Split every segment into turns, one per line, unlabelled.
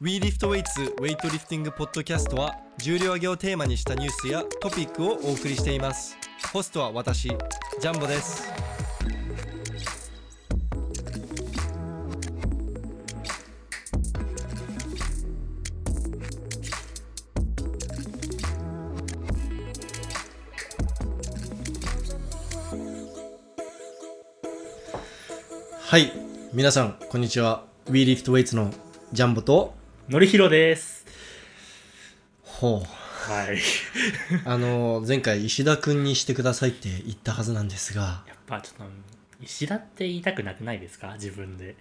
We Lift Weights ウェイトリフティングポッドキャストは重量挙げをテーマにしたニュースやトピックをお送りしていますホストは私ジャンボですはい皆さんこんにちは We Lift Weights のジャンボと
のりひろです。
ほう
はい。
あの前回石田君にしてくださいって言ったはずなんですが
やっぱちょっと、石田って言いたくなくないですか自分で。い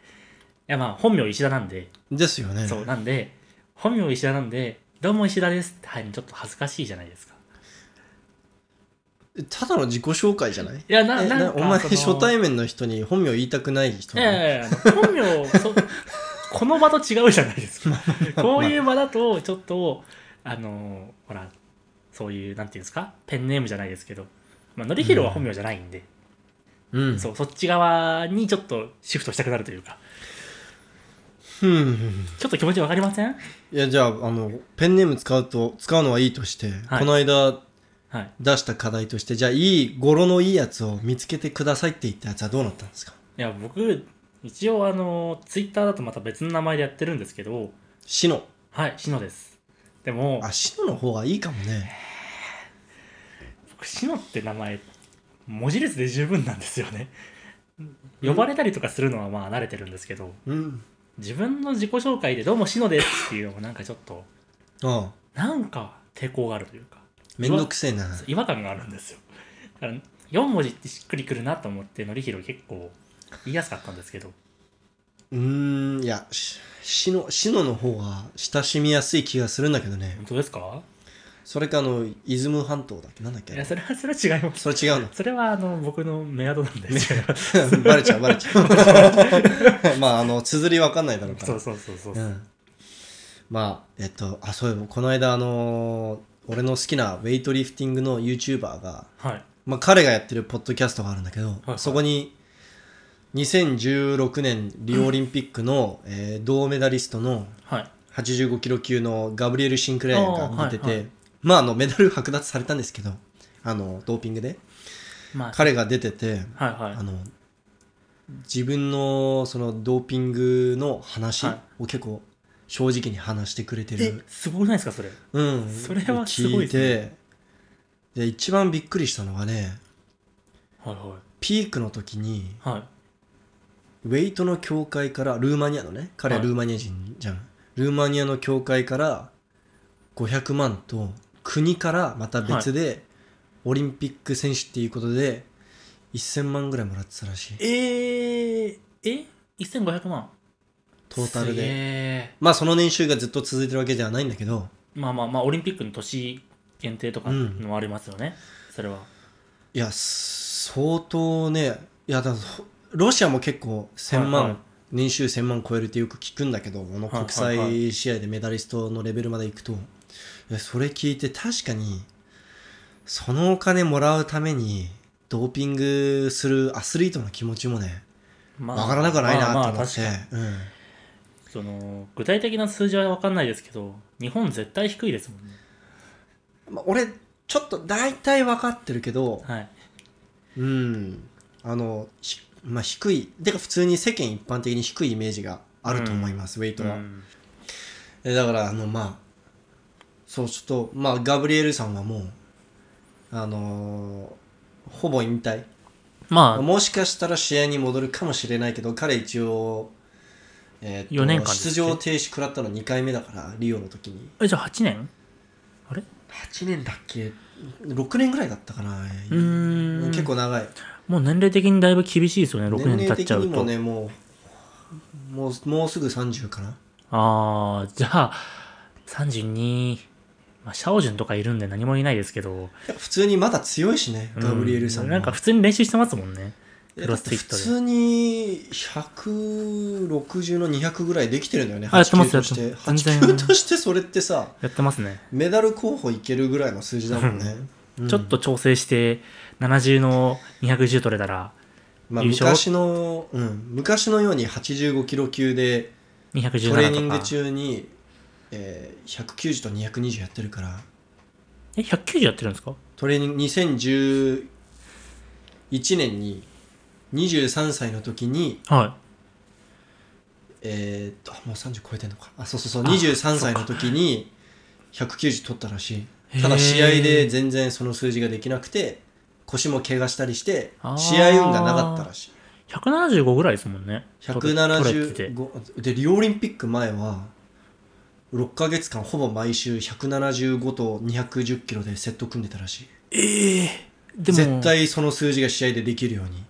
やまあ、本名石田なんで、
ですよね
そう、なんで、本名石田なんで、どうも石田ですって入るのちょっと恥ずかしいじゃないですか。
ただの自己紹介じゃない
いや、な、
え
なんか
お前
その
初対面の人に本名言いたくない人
い
なの
やいやいやあの本名、そこの場と違うじゃな いですか。こういう場だと、ちょっと、あの、ほら、そういう、なんていうんですかペンネームじゃないですけど、まあ、のりひろは本名じゃないんで、
うん
そう、そっち側にちょっとシフトしたくなるというか。
うん
ちょっと気持ちわかりません
いやじゃああのペンネーム使うと使うのはいいとして、
はい
この間
はい。
出した課題としてじゃあいい語呂のいいやつを見つけてくださいって言ったやつはどうなったんですか
いや、僕、一応、あの、ツイッターだとまた別の名前でやってるんですけど、
シノ
はい、しのです。でも、
あシノの方がいいかもね
僕、しのって名前、文字列で十分なんですよね。呼ばれたりとかするのはまあ慣れてるんですけど、
うん
自分の自己紹介でどうもしのですっていうのもなんかちょっと、
ああ
なんか抵抗があるというか、
めんどくせえな
違和感があるんですよ。だから、4文字ってしっくりくるなと思って、のりひろ結構言いやすかったんですけど、
うーんいやしシノシノの方が親しみやすい気がするんだけどね
本当ですか
それかあのイズム半島だっけなんだっ
いや、
け
それは、それは違います。
それ違うの
それはあの僕のメアド なんで
バレちゃうバレちゃ うまああの綴りわかんないだろうから
そうそうそうそう、
うん、まあえっとあそういえばこの間あのー俺の好きなウェイトリフティングの YouTuber が、
はい
まあ、彼がやってるポッドキャストがあるんだけど、
はい
そこに2016年リオオリンピックの、えー銅メダリストの
はい
85キロ級のガブリエル・シンクレアが出てて、
あーはいはい
まああのメダル剥奪されたんですけどあのドーピングで
まあ
彼が出てて
はいは
あ
い
の自分のそのドーピングの話
は
を結構正直に話してくれて
え
る、
すごくないですかそれ
うん、
それはすご
聞
い
い
で
て
す
で,、一番びっくりしたのがね
はいは
ピークの時に
いはい
ウェイトの協会からルーマニアのね彼は
はい
ルーマニア人じゃん、ルーマニアの協会から500万と国からまた別で、オリンピック選手っていうことで1000万ぐらいもらってたらしい
えー、え1500万
トータル
すげ
で。
え
まあその年収がずっと続いてるわけではないんだけど
まあまあまあオリンピックの年限定とかのもありますよね、それはい
やす相当ねいやだからほロシアも結構1000万、
はいはい
年収1000万超えるってよく聞くんだけどこの国
はいはい
際試合でメダリストのレベルまで行くと、いやそれ聞いて確かにそのお金もらうためにドーピングするアスリートの気持ちもね
ま
わからなくはないなと
まあ
思
まあ
って
確かに
うん
その具体的な数字は分かんないですけど日本絶対低いですもんね
まあ俺ちょっと大体分かってるけど、
はい
うん、あの、ひまあ、低い、てか普通に世間一般的に低いイメージがあると思います、ウェイトは。
うん
えだから、あの、まあ、そうちょっと、まあ、ガブリエルさんはもう、あのーほぼ引退。
まあ
もしかしたら試合に戻るかもしれないけど、彼一応、えーっと
四年間です
出
っけ
場停止食らったの2回目だから、リオの時に。
えじゃあ8年あれ
8年だっけ ?6 年ぐらいだったかな。
うーん
結構長い。
もう年齢的にだいぶ厳しいですよね、6
年
年
齢
経っ
的
ちゃ
に
う
も
と。
ねもうもうもうすぐ30かな
ああ、じゃあ、32、まあ、シャオジュンとかいるんで何も言えないですけど、
いや普通にまだ強いしね
うん
ガブリエルさんも、
なんか普通に練習してますもんね。
いや
クロスフィッ
普
トで
通に160の200ぐらいできてるんだよね
あやってます
8級として
やってます
8
全然
級としてそれってさ
やってますね。
メダル候補いけるぐらいの数字だもんね、うん
ちょっと調整して、70の210取れたら、
まあ、
優勝
昔の、うん、昔のように85キロ級で
217とか。
トレーニング中にえー、190と220やってるから
え190やってるんですか
トレーニング2011年に23歳の時に
は
えー、っとあもう30超えてんのかあそうそうそう
あ
23歳の時に190取ったらし
へ
い
ー
ただ試合で全然その数字ができなくて腰も怪我したりして
あー
試合運がなかったらしい
い175ぐらいですもんね取れてて
175でリオオリンピック前は6ヶ月間ほぼ毎週175と210キロでセット組んでたらしい
ええでも
絶対その数字が試合でできるように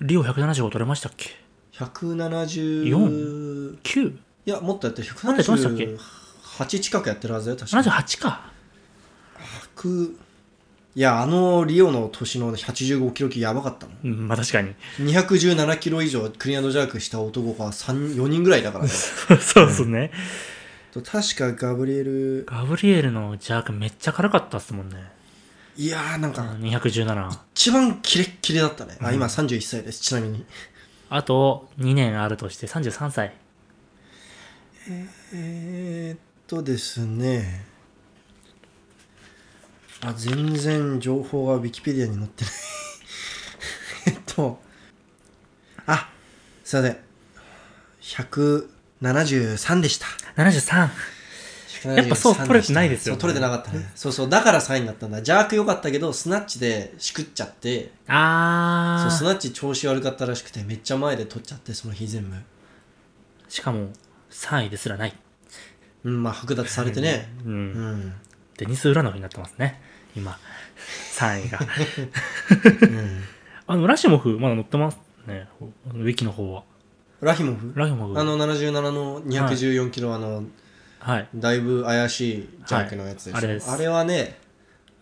リオ175取れましたっけ
170いやもっとやってる
もっとやってましたっけ
178近くやってるはずだよ確かに
9?78 か
100いやあのリオの年の85キロ級やばかったの
うんまあ確かに
217キロ以上クリアンドジャークした男が3 4人ぐらいだ からね
そうですね、
と確かガブリエル
ガブリエルのジャークめっちゃ辛かったっすもんね
いやーなんか
217
一番キレッキレだったね、
う
あ
ん
今31歳ですちなみに
あと2年あるとして33歳
えー、っとですねあ全然情報がウィキペディアに載ってない えっとあすいません173でした
73やっぱそう取れてないですよ
そう取れてなかったねそうそうだから3位になったんだジャーク良かったけどスナッチでしくっちゃってそう
あ
ス
ー
ナッチ調子悪かったらしくてめっちゃ前で取っちゃってその日全部
しかも3位ですらない
うんまあ剥奪されてね
うん、
うん、
デニス・ウラノフになってますね今3位が
うん、
あのラシモフまだ乗ってますねウィキの方は
ラヒモフ
ラシモフ
あの77の214キロ、あの
はい
だいぶ怪しいジャンクのやつでしょ、
はいあれです
あれはね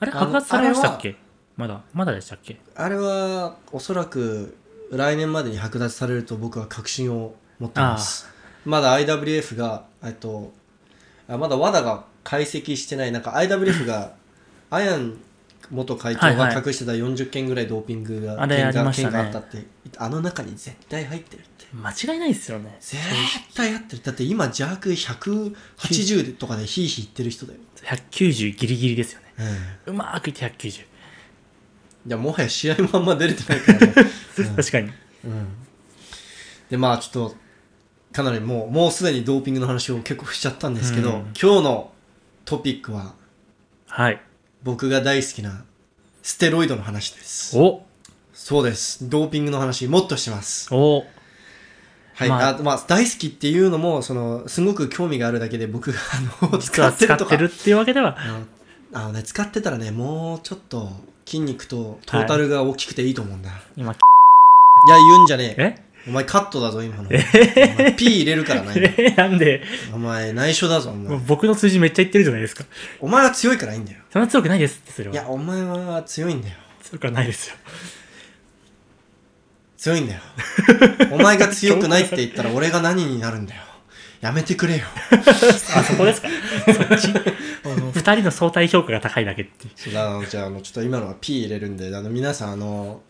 あれ
あの
剥奪されましたっけまだまだでしたっけ
あれはおそらく来年までに剥奪されると僕は確信を持ってますまだ IWF がえっとあまだ WADA が解析してないなんか IWF がアヤン元会長
は
が
いはい
隠してた40件ぐらいドーピングが
あれ
件
あり
が
ましたね
件があったってあの中に絶対入ってるって
間違いないですよね
絶対合ってるだって今邪悪180とかでヒーヒー言ってる人だよ、
190ギリギリですよね
うん、いう
まーくいって190、
やもはや試合もあんま出れてないからね、 うん
確かに
うん、でまあちょっとかなりもうもうすでにドーピングの話を結構しちゃったんですけど、
うん
今日のトピックは
はい
僕が大好きなステロイドの話です
お
そうですドーピングの話もっとします
お
はい、
ま
ま
あ
あまあ、大好きっていうのもそのすごく興味があるだけで僕があの
実
使
は
って
使
ると
っ
か
てるっていうわけでは
あのあのね使ってたらねもうちょっと筋肉とトータルが大きくていいと思うんだ、い、
今
や言うんじゃねえ
え
お前カットだぞ今のお
え
前 P 入れるからな今
えなんで
お前内緒だぞお前
僕の数字めっちゃ言ってるじゃないですか
お前は強いからいいんだよ
そんな強くないですってそれ
いや
は
お前は強いんだよ
強くはないですよ
強いんだよお前が強くないって言ったら俺が何になるんだよやめてくれよ
あそこですか そっちあの 二人の相対評価が高いだけってい
そ
う
うあのじゃああのちょっと今のは P 入れるんであの皆さんあの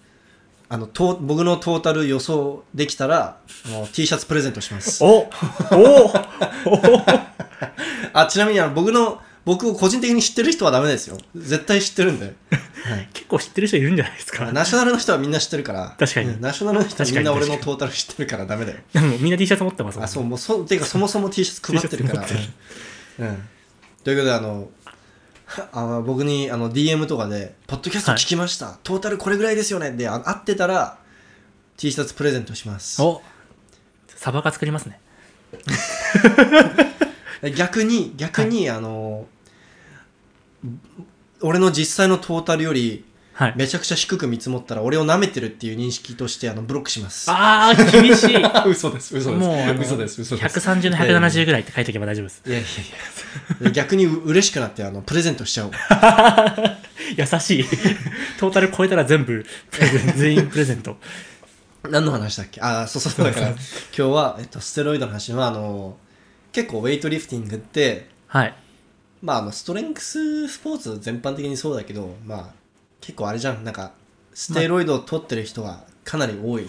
あのと僕のトータル予想できたらあの T シャツプレゼントします
おおお
あちなみにあの僕の僕を個人的に知ってる人はダメですよ絶対知って るんで、はい
結構知ってる人いるんじゃないですか
ナショナルの人はみんな知ってるから
確かに
うんナショナルの人はみんな
確か
俺
に
のトータル知ってるからダメだよ
でもみんな T シャツ持ってますもん
あそうもうそうていうかそもそも T シャツ配ってるから
T シャツ持
うん
っ
うんということであのあの僕にあの DM とかで「ポッドキャスト聞きました、トータルこれぐらいですよね」であ合ってたら T シャツプレゼントします
おサバカ作りますね
逆に逆に、あの俺の実際のトータルより
はい
めちゃくちゃ低く見積もったら俺を舐めてるっていう認識としてあのブロックします
ああ厳しい
あ 嘘です嘘
もうあの130の170ぐらいって書いとけば大丈夫です
いやいやいや逆に嬉しくなってあのプレゼントしちゃおう
優しい トータル超えたら全部プレゼン全員プレゼント
何の話だっけああそうそう だから今日は、えっと、ステロイドの話はあの結構ウェイトリフティングって、
はい
まあ、あのストレンクススポーツ全般的にそうだけど、まあ、結構あれじゃんなんかステロイドを取ってる人がかなり多い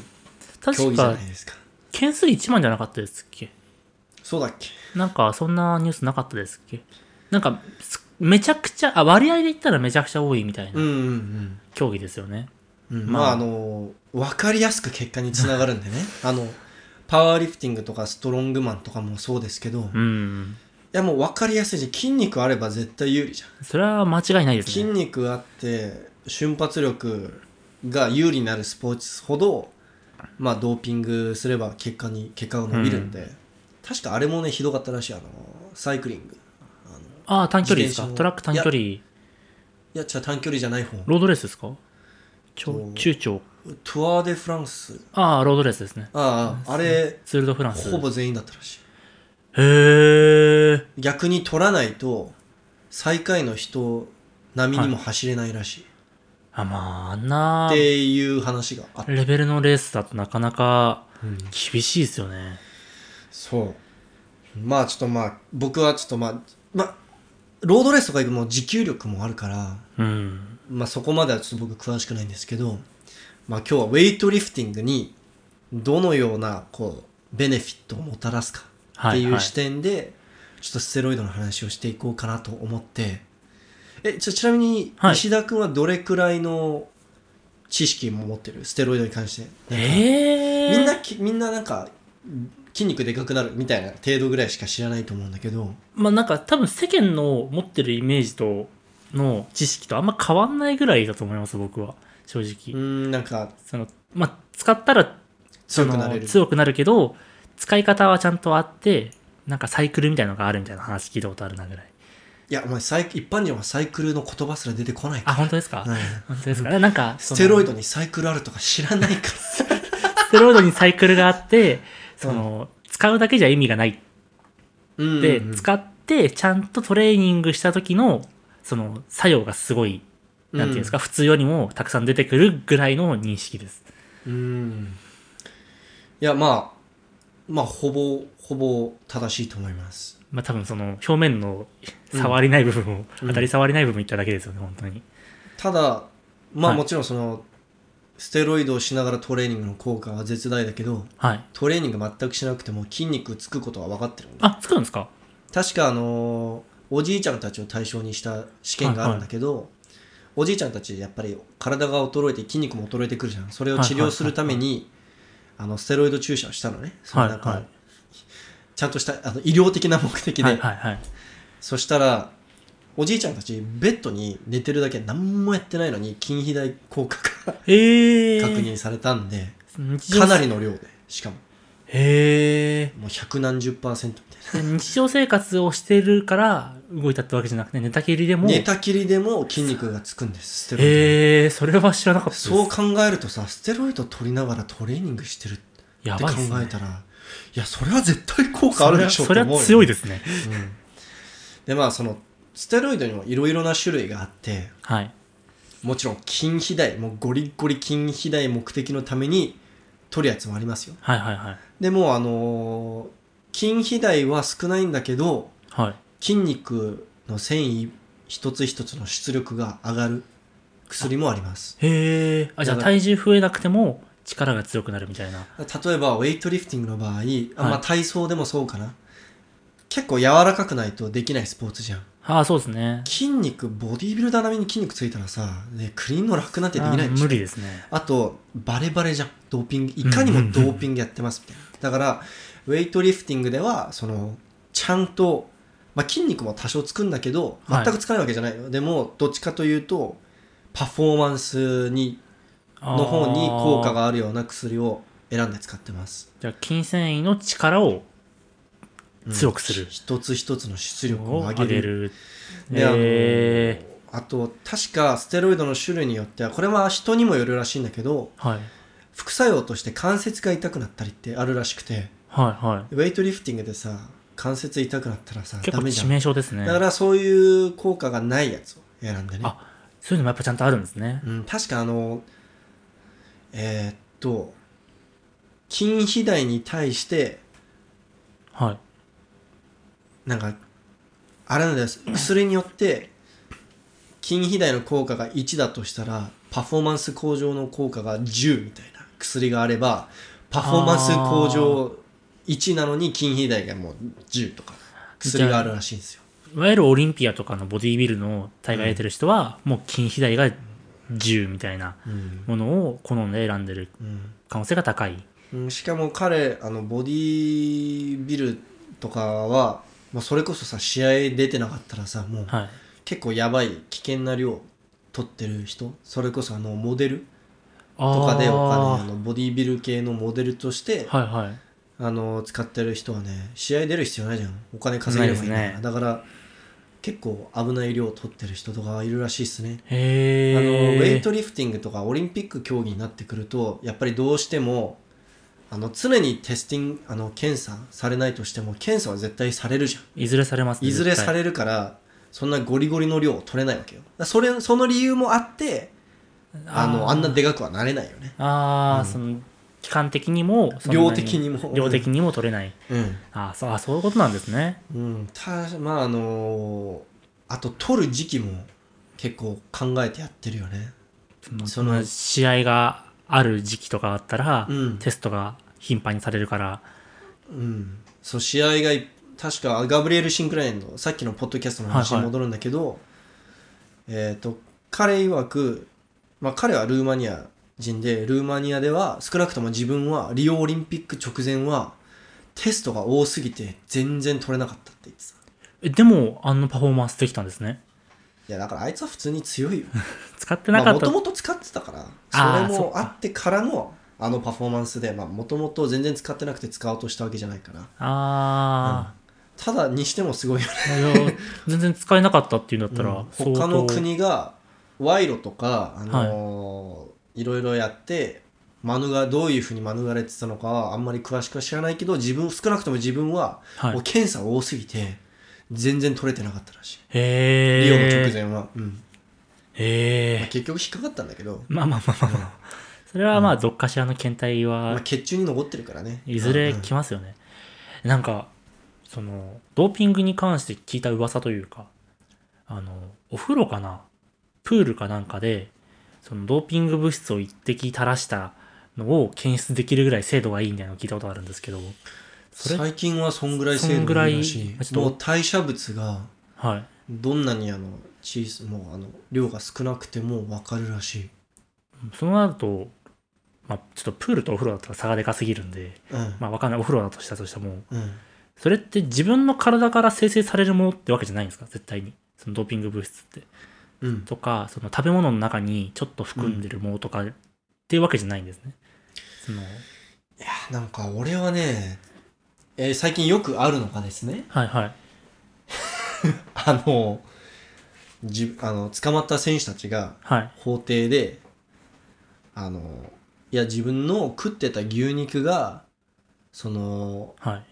競技
確
じゃ
か
ないですか、
件数1万じゃなかったですっけ
そうだっけ
なんかそんなニュースなかったですっけなんかすめちゃくちゃあ割合で言ったらめちゃくちゃ多いみたい
うん
な
うん
競技ですよね、
うん、うん、
ま
ま
あ
ああの分かりやすく結果につながるんでねあのパワーリフティングとかストロングマンとかもそうですけど、
う
い
ん、
やもう分かりやすいし筋肉あれば絶対有利じゃん
それは間違いないです
筋
ね
肉あって瞬発力が有利になるスポーツほどまあドーピングすれば結果に結果が伸びるんで、確かあれもねひどかったらしいあのサイクリングあの
ああ短距離です
自転車
か
も
トラック短距離
いやじゃあ短距離じゃない方
ロードレースですかちょ
と
中長
トゥアー・デ・フランス
ああロードレースですね
あああれ
ツール・ド・フランス
ほぼ全員だったらしい
へえ
逆に取らないと最下位の人並みにも走れないらしい、
あまああんな
っていう話があった、
レベルのレースだとなかなか
うん
厳しいですよね
そうまあちょっとまあ僕はちょっとまあまあロードレースとか行くも持久力もあるから、
うん
まあ、そこまではちょっと僕詳しくないんですけど、まあ、今日はウェイトリフティングにどのようなこうベネフィットをもたらすかっ
は
て
い、
いう
はい、
視点で、ちょっとステロイドの話をしていこうかなと思ってえちょちなみに
はい
石田君はどれくらいの知識も持ってるステロイドに関してなんか
ええ
みんなきみんななんか筋肉でかくなるみたいな程度ぐらいしか知らないと思うんだけど
まあなんか多分世間の持ってるイメージとの知識とあんま変わんないぐらいだと思います僕は正
うー
直、
んなんか
そのまあ使ったら
強くなれ
その
る
強くなるけど使い方はちゃんとあってなんかサイクルみたいのがあるみたいな話聞いたことあるなぐらい
いやお前サイ一般人はサイクルの言葉すら出てこないか、
あ本当ですから
うん
本当ですかなんかそ
ス
の
テロイドにサイクルあるとか知らないから
ステロイドにサイクルが あってその、使うだけじゃ意味がないっ
うん
て、
うん
使ってちゃんとトレーニングした時のその作用がすごいなんていうんですか、普通よりもたくさん出てくるぐらいの認識です。
うんいやまあまあほぼほぼ正しいと思います
まあ多分その表面の
うん
触りない部分を、
うん
当たり触りない部分いっただけですよね、本当に。
ただまあ、
はい
もちろんそのステロイドをしながらトレーニングの効果は絶大だけど
はい。
トレーニング全くしなくても筋肉つくことは分かってるんで
あ、作るんですか
確かあのーおじいちゃんたちを対象にした試験があるんだけど、おじいちゃんたちやっぱり体が衰えて筋肉も衰えてくるじゃんそれを治療するためにあのステロイド注射をしたのねそのなんか
はいはい
ちゃんとしたあの医療的な目的で、
はいはいはい。
そしたらおじいちゃんたちベッドに寝てるだけ何もやってないのに筋肥大効果が
ええー。
確認されたんで、
日常
かなりの量でしかも
へえ。
もう百何十パーセントみたいな
日常生活をしてるから動いたってわけじゃなくて、寝たきりでも。
寝たきりでも筋肉がつくんですステロイドに
ええー、それは知らなかったです。
そう考えるとさステロイド取りながらトレーニングしてるって
や
考
ばいです、ね。
えたらい,、やそれは絶対効果あるでしょ
それはそれは強いですね。
す、うんでまあそのステロイドにもいろいろな種類があって
はい。
もちろん筋肥大もうゴリゴリ筋肥大目的のために取るやつもありますよ
はいはいはい。
でもあのー筋肥大は少ないんだけど
はい。
筋肉の繊維一つ一つの出力が上がる薬もあります
へえ。あ、じゃあ体重増えなくても力が強くなるみたいな。
例えばウェイトリフティングの場合、あ
は
まあ
い
体操でもそうかな結構柔らかくないとできないスポーツじゃん
ああ、そうですね。
筋肉ボディービルダー並みに筋肉ついたらさ、ね、クリーンの楽なんてできない
あ
で
ー
しょ
無理ですね。
あとバレバレじゃんドーピングいかにもドーピングやってますみたいなだからウェイトリフティングではそのちゃんと、まあ、筋肉も多少つくんだけど
はい
全くつかないわけじゃないよ、でもどっちかというとパフォーマンスに
の
の方に効果。があるような薬を選んで使ってます
じゃあ筋繊維の力を
うん
強くする
一つ一つの出力を
を
上
上
げ
げ
る
る。
であの
え
あと確かステロイドの種類によってはこれは人にもよるらしいんだけど
ーはい。
副作用として関節が痛くなったりってあるらしくて
はいは
ウェイトリフティングでさ関節痛くなったらさ
い。結
ダ
構
メじゃ
致
ん
命傷ですね。
だからそういう効果がないやつを選んでね
あ、そういうのもやっぱちゃんとあるんですね。
うん、確かあのえーっと筋肥大に対して
はい。
なんかあれなんです薬によって筋肥大の効果が1だとしたらパフォーマンス向上の効果が10みたいな薬があればパフォーマンス向上1なのに筋肥大がもう10とか薬があるらしいんですよ
いわゆるオリンピアとかのボディービルの大会出てる人は、もう筋肥大が10みたいな
うん
ものを好んで選んでる
うん
可能性が高い。
うん、しかも彼あのボディービルとかはもうそれこそさ試合出てなかったらさもう
はい。
結構やばい危険な量取ってる人それこそあのモデル
あー
とかでお金あのボディービル系のモデルとして、
はいはい。
あの使ってる人はね試合出る必要ないじゃんお金稼げればいいんだから
ないですね
だから結構危ない量取ってる人とかいるらしいっすねあ
へ
のウ
え。
ェイトリフティングとかオリンピック競技になってくるとやっぱりどうしてもあの常にテスティングあの検査されないとしても検査は絶対されるじゃん
いずれされますね。
いずれさ
絶
れるからそんなゴリゴリの量取れないわけよだからそれその理由もあって
対
あの
ー
あんなでかくはなれないよね
ああ、
うん
その、期間的にも、そんな
量的にも
量的にも取れない。
うん、
ああ、そう、あそういうことなんですね。
うん、たまああのーあと取る時期も結構考えてやってるよね
その、
その
試合がある時期とかあったら、
うん
テストが頻繁にされるから、
うん、そう試合がい確かガブリエル・シンクラインのさっきのポッドキャストの話に戻るんだけど、えっ、と彼曰く、まあ、彼はルーマニア人でルーマニアでは少なくとも自分はリオオリンピック直前はテストが多すぎて全然取れなかったって言ってた
えでも、あのパフォーマンスできたんですね。
いやだからあいつは普通に強いよ
使ってなか
も
った。
ともと使ってたから
あー
それ
そっ
も
か
あってからのあのパフォーマンスでもともと全然使ってなくて使おうとしたわけじゃないから
あ
ただにしてもすごいよね、
あ、いや全然使えなかったっていうんだったら、
うん他の国が賄賂とか、あのーい、ろいろやって免がどういうふうに免れてたのかはあんまり詳しくは知らないけど自分少なくとも自分は
はい
もう、検査多すぎて全然取れてなかったらしい、
へえ
リオの直前は、うん
へ
まあ
え
結局引っかかったんだけど、
まあまあまあまあまあそれはまあどっかしらの検体
まあ、
は
血中に残ってるからね
いずれ
うん
来ますよね、なんかそのドーピングに関して聞いた噂というかあのお風呂かなプールかなんかでそのドーピング物質を一滴垂らしたのを検出できるぐらい精度がいいみたいなのを聞いたことがあるんですけどそれ
最近はそんぐらい精度がいいらしい
そんぐらいちょっ
も
と
う代謝物が
はい
どんなにあのチーズもうあの量が少なくても分かるらしい、
その後、まあ、ちょっとプールとお風呂だったら差がでかすぎるんで、
うん
まあ、わかんないお風呂だとしたとしても
うん、
それって自分の体から生成されるものってわけじゃないんですか絶対にそのドーピング物質って
うん、
とかその食べ物の中にちょっと含んでるものとかっていうわけじゃないんですね、その
いやなんか俺はね、えー最近よくあるのがですね
はいはい
あのじあの捕まった選手たちが
はい
法廷であのいや自分の食ってた牛肉がその
はい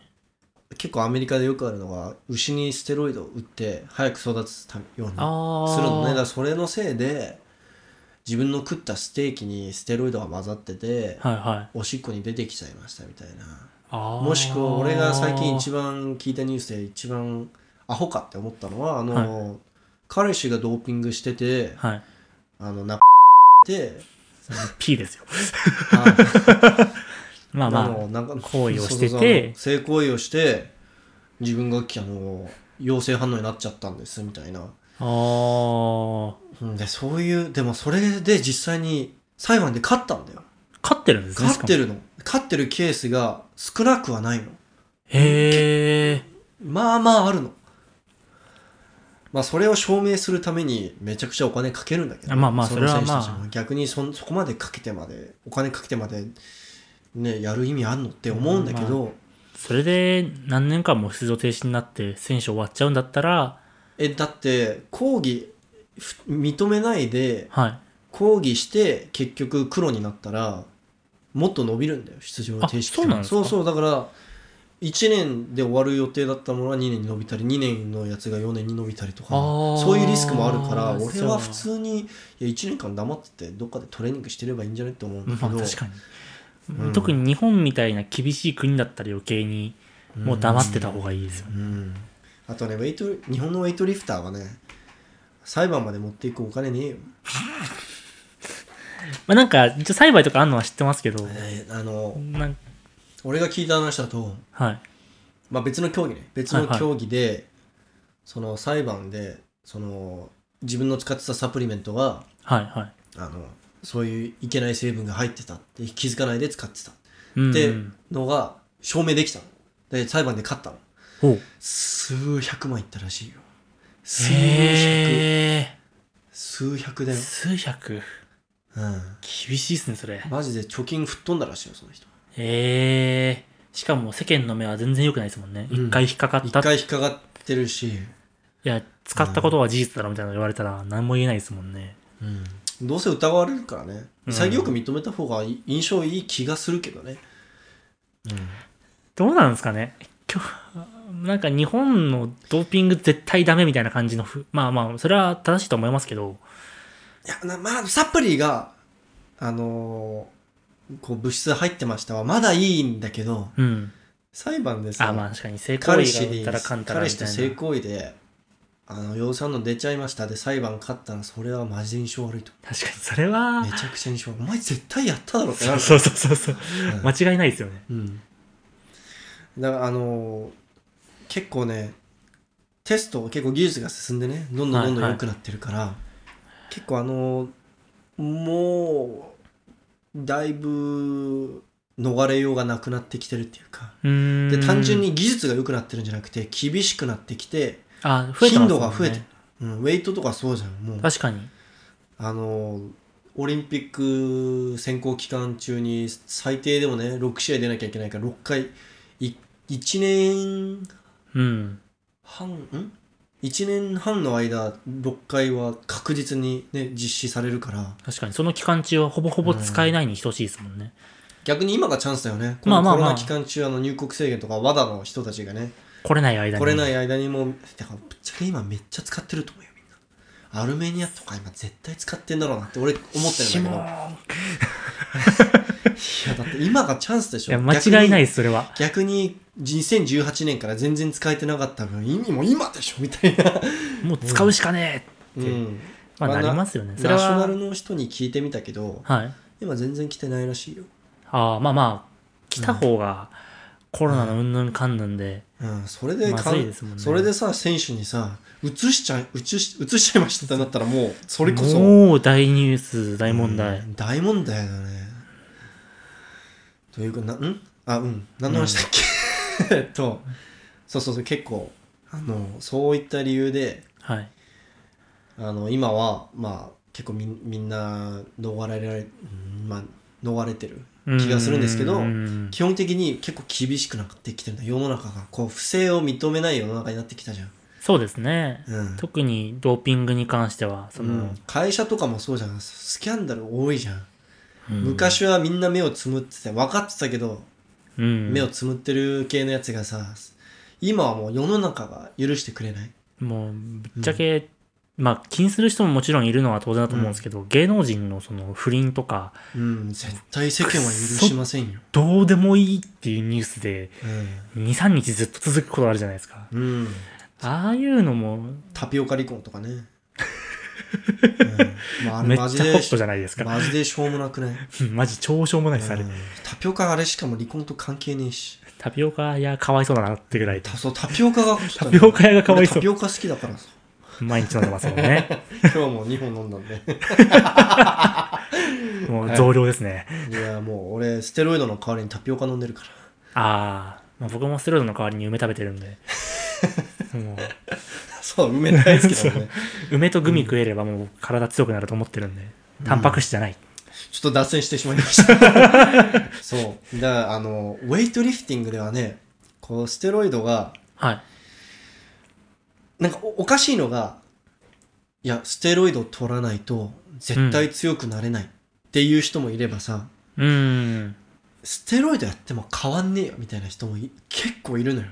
結構アメリカでよくあるのが牛にステロイドを打って早く育つためようにする
あー
のねだからそれのせいで自分の食ったステーキにステロイドが混ざってて、
はいはい
おしっこに出てきちゃいましたみたいな
あー
もしくは俺が最近一番聞いたニュースで一番アホかって思ったのはあの、彼氏がドーピングしてて
はい
あのなって
P ですよ
あ
まあまあ
あのなんか
行為をしてて
そうそうそう性行為をして自分がきあの陽性反応になっちゃったんですみたいな、
あー
うん、でそういうでもそれで実際に裁判で勝ったんだよ
勝ってるんですね
勝って
る
るの勝ってるケースが少なくはないの
へえ
まあまああるのまあそれを証明するためにめちゃくちゃお金かけるんだけど
まあまあ
その選手
それはまあ
たちも逆にそんそこまでかけてまでお金かけてまでねやる意味あんのって思うんだけど、
それで何年間も出場停止になって選手終わっちゃうんだったら
えだって抗議ふ認めないで
はい
抗議して結局黒になったらもっと伸びるんだよ出場停止期間
あそうなんですか
そうそうだから1年で終わる予定だったものは2年に伸びたり2年のやつが4年に伸びたりとか
あー
そういうリスクもあるから
そう
俺は普通にいや1年間黙っててどっかでトレーニングしてればいいんじゃないって思うんだ
まあ
けど、
確かに、
うん
特に日本みたいな厳しい国だったら余計にもう黙ってた方がいいですよね、
うんあとねウェイト日本のウェイトリフターはね裁判まで持っていくお金ねえよ
まあなんか一応栽培とかあるのは知ってますけど、
えーあの
なん
俺が聞いた話だと、
はい。
まあ、別の競技ね別の競技で、その裁判でその自分の使ってたサプリメントは
はいはい。
あのそういういけない成分が入ってたって気づかないで使ってた
うん
で
うん
のが証明できたので裁判で勝ったの
ほう。
数百万いったらしいよ数百
へえ。
数百だよ、
数百。
う
厳しいですね、それ
ん、。マジで貯金吹っ飛んだらしいよその人
へえ。しかも世間の目は全然良くないですもんね。
うん
一回引っかかっ
一
た。い
回引っかかってるし、
や、使ったことは事実だろみたいなの言われたら何も言えないですもんね。
うん、どうせ疑われるからね
うん
潔く認めた方がい印象いい気がするけどね、
どうなんですかね今日、なんか日本のドーピング絶対ダメみたいな感じのふ、まあまあ、それは正しいと思いますけど、
いやなまあサプリがあのーこう物質入ってましたはまだいいんだけど
うん。
裁判でさ
あ、まあ確かに性行
彼
為
氏
がうっ
に
たらかんたら
彼
み
氏
た
と
いな。
性行為であの陽酸の出ちゃいましたで裁判勝ったらそれはマジで印象悪いと
確かに、それは
め、ちゃくちゃ印象悪いお前絶対やっただろってな
そう
る
そうそうそう。
うん
間違いないですよね。
うん、だからあのー結構ねテスト結構技術が進んでねどんどんどん
は
ど
いは
ん
い
良くなってるから、結構あのーもうだいぶ逃れようがなくなってきてるっていうか
うーん。
で単純、に技術が良くなってるんじゃなくて厳しくなってきて、
あ、増えて
頻
ますもんね
度が増えてる、うん、ウェイトとかそうじゃんもう
確かに。
あのーオリンピック選考期間中に最低でもね6試合出なきゃいけないから6回い1年
うん。
半ん1年半の間6回は確実に、ね、実施されるから
確かに、その期間中はほぼほぼ使えないに等しいですもんね。
逆に今がチャンスだよねこ
まあ
の
まあ
コ
まあ
ロナ期間中あの入国制限とか WADA の人たちがね
来れない間に。
来れない間にもうだからぶっちゃけ今めっちゃ使ってると思うよみんなアルメニアとか今絶対使ってんだろうなって俺思ってるんだけどいやだって今がチャンスでし
い
ょ
や、間違いない
い
です、それは。
逆に2018年から全然使えてなかった分意味も今でしょみたい な、
もう使うしかねえって、
ん、
まあ
まあ
な
な
りますよね。
ナ
それは。
ショナルの人に聞いてみたけど
はい。
今全然来てないらしいよ、
ああ、まあまあ、来た方がコロナのうんぬんかんぬんで、
うん、それで
まずいですもんね
それでさ選手にさ移しちゃう移し移しちゃいましたってなったらもうそれこそ
もう大ニュース、大問題。
うん大問題だねというかなんあうん何の話だっけ、 えっとそうそうそう結構あのそういった理由で
はい。
あの今はまあ結構みんみんな逃れられ、うんまあ、逃れてる気がするんですけど
ううん
基本的に結構厳しくなってきてるんだ世の中がこう不正を認めない世の中になってきたじゃん、
そうですね。
うん
特にドーピングに関しては、その、
うん会社とかもそうじゃんスキャンダル多いじゃん、
うん、
昔はみんな目をつむってて分かってたけど
うん、
目をつむってる系のやつがさ今はもう世の中が許してくれない
もう、ぶっちゃけ、まあ、気にする人ももちろんいるのは当然だと思うんですけど、芸能人のその不倫とか、
うん絶対世間は許しませんよ、
どうでもいいっていうニュースで、
う
2、3日ずっと続くことあるじゃないですか。
んうん、
ああいうのも、
タピオカ離婚とかね、うんまあ、あ
め
れ
っち
マジ
ゃホ
で
ットじゃないですか。
マジでしょうもなくない、
マジ超しょうもないです、あ
う
れ
ん。タピオカあれしかも離婚と関係ねえし
タピオカ屋かわいそうだなってぐらい、
たそうタピオカが
タピオカ屋がかわ
俺
いそ
タピ
う。
オカ好きだからさ
毎日飲んでますも んね。
今日も2本飲んだんで
もう増量ですね。
いやもう俺ステロイドの代わりにタピオカ飲んでるから
あー、まあ、僕もステロイドの代わりに梅食べてるん で。も
そう梅大好きだも んね
う梅とグミ食えればもう体強くなると思ってるんで、タンパク質じゃない。
ちょっと脱線してしまいました。そう。だからあの、ウェイトリフティングではね、こう、ステロイドが、
はい。
なんかおおかしいのが、いや、ステロイド取らないと、絶対強くなれないっていう人もいればさ、
うーん。
ステロイドやっても変わんねえよみたいな人もい結構いるのよ。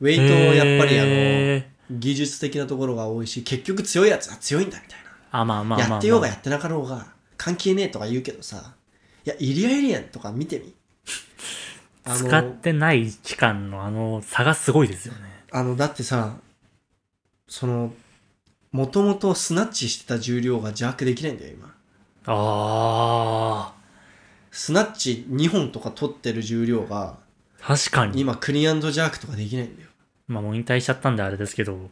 ウェイトをやっぱりあの、
へ
技術的なところが多いし、結局強いやつは強いんだみたいな。
ーあ、まあまあまあ、まあ。
やってようがやってなかろうが関係ねえとか言うけどさいやイリア・エリアンとか見 てみあ
使っ
の
てない期間のあの差がすごいですよね。
あのだってさそのもともとスナッチしてた重量が邪悪できないんだよ今
ああ。
スナッチ2本とか取ってる重量が
確かに。
今クリアンドジャークとかできないんだよ、
まあもう引退しちゃったんであれですけど、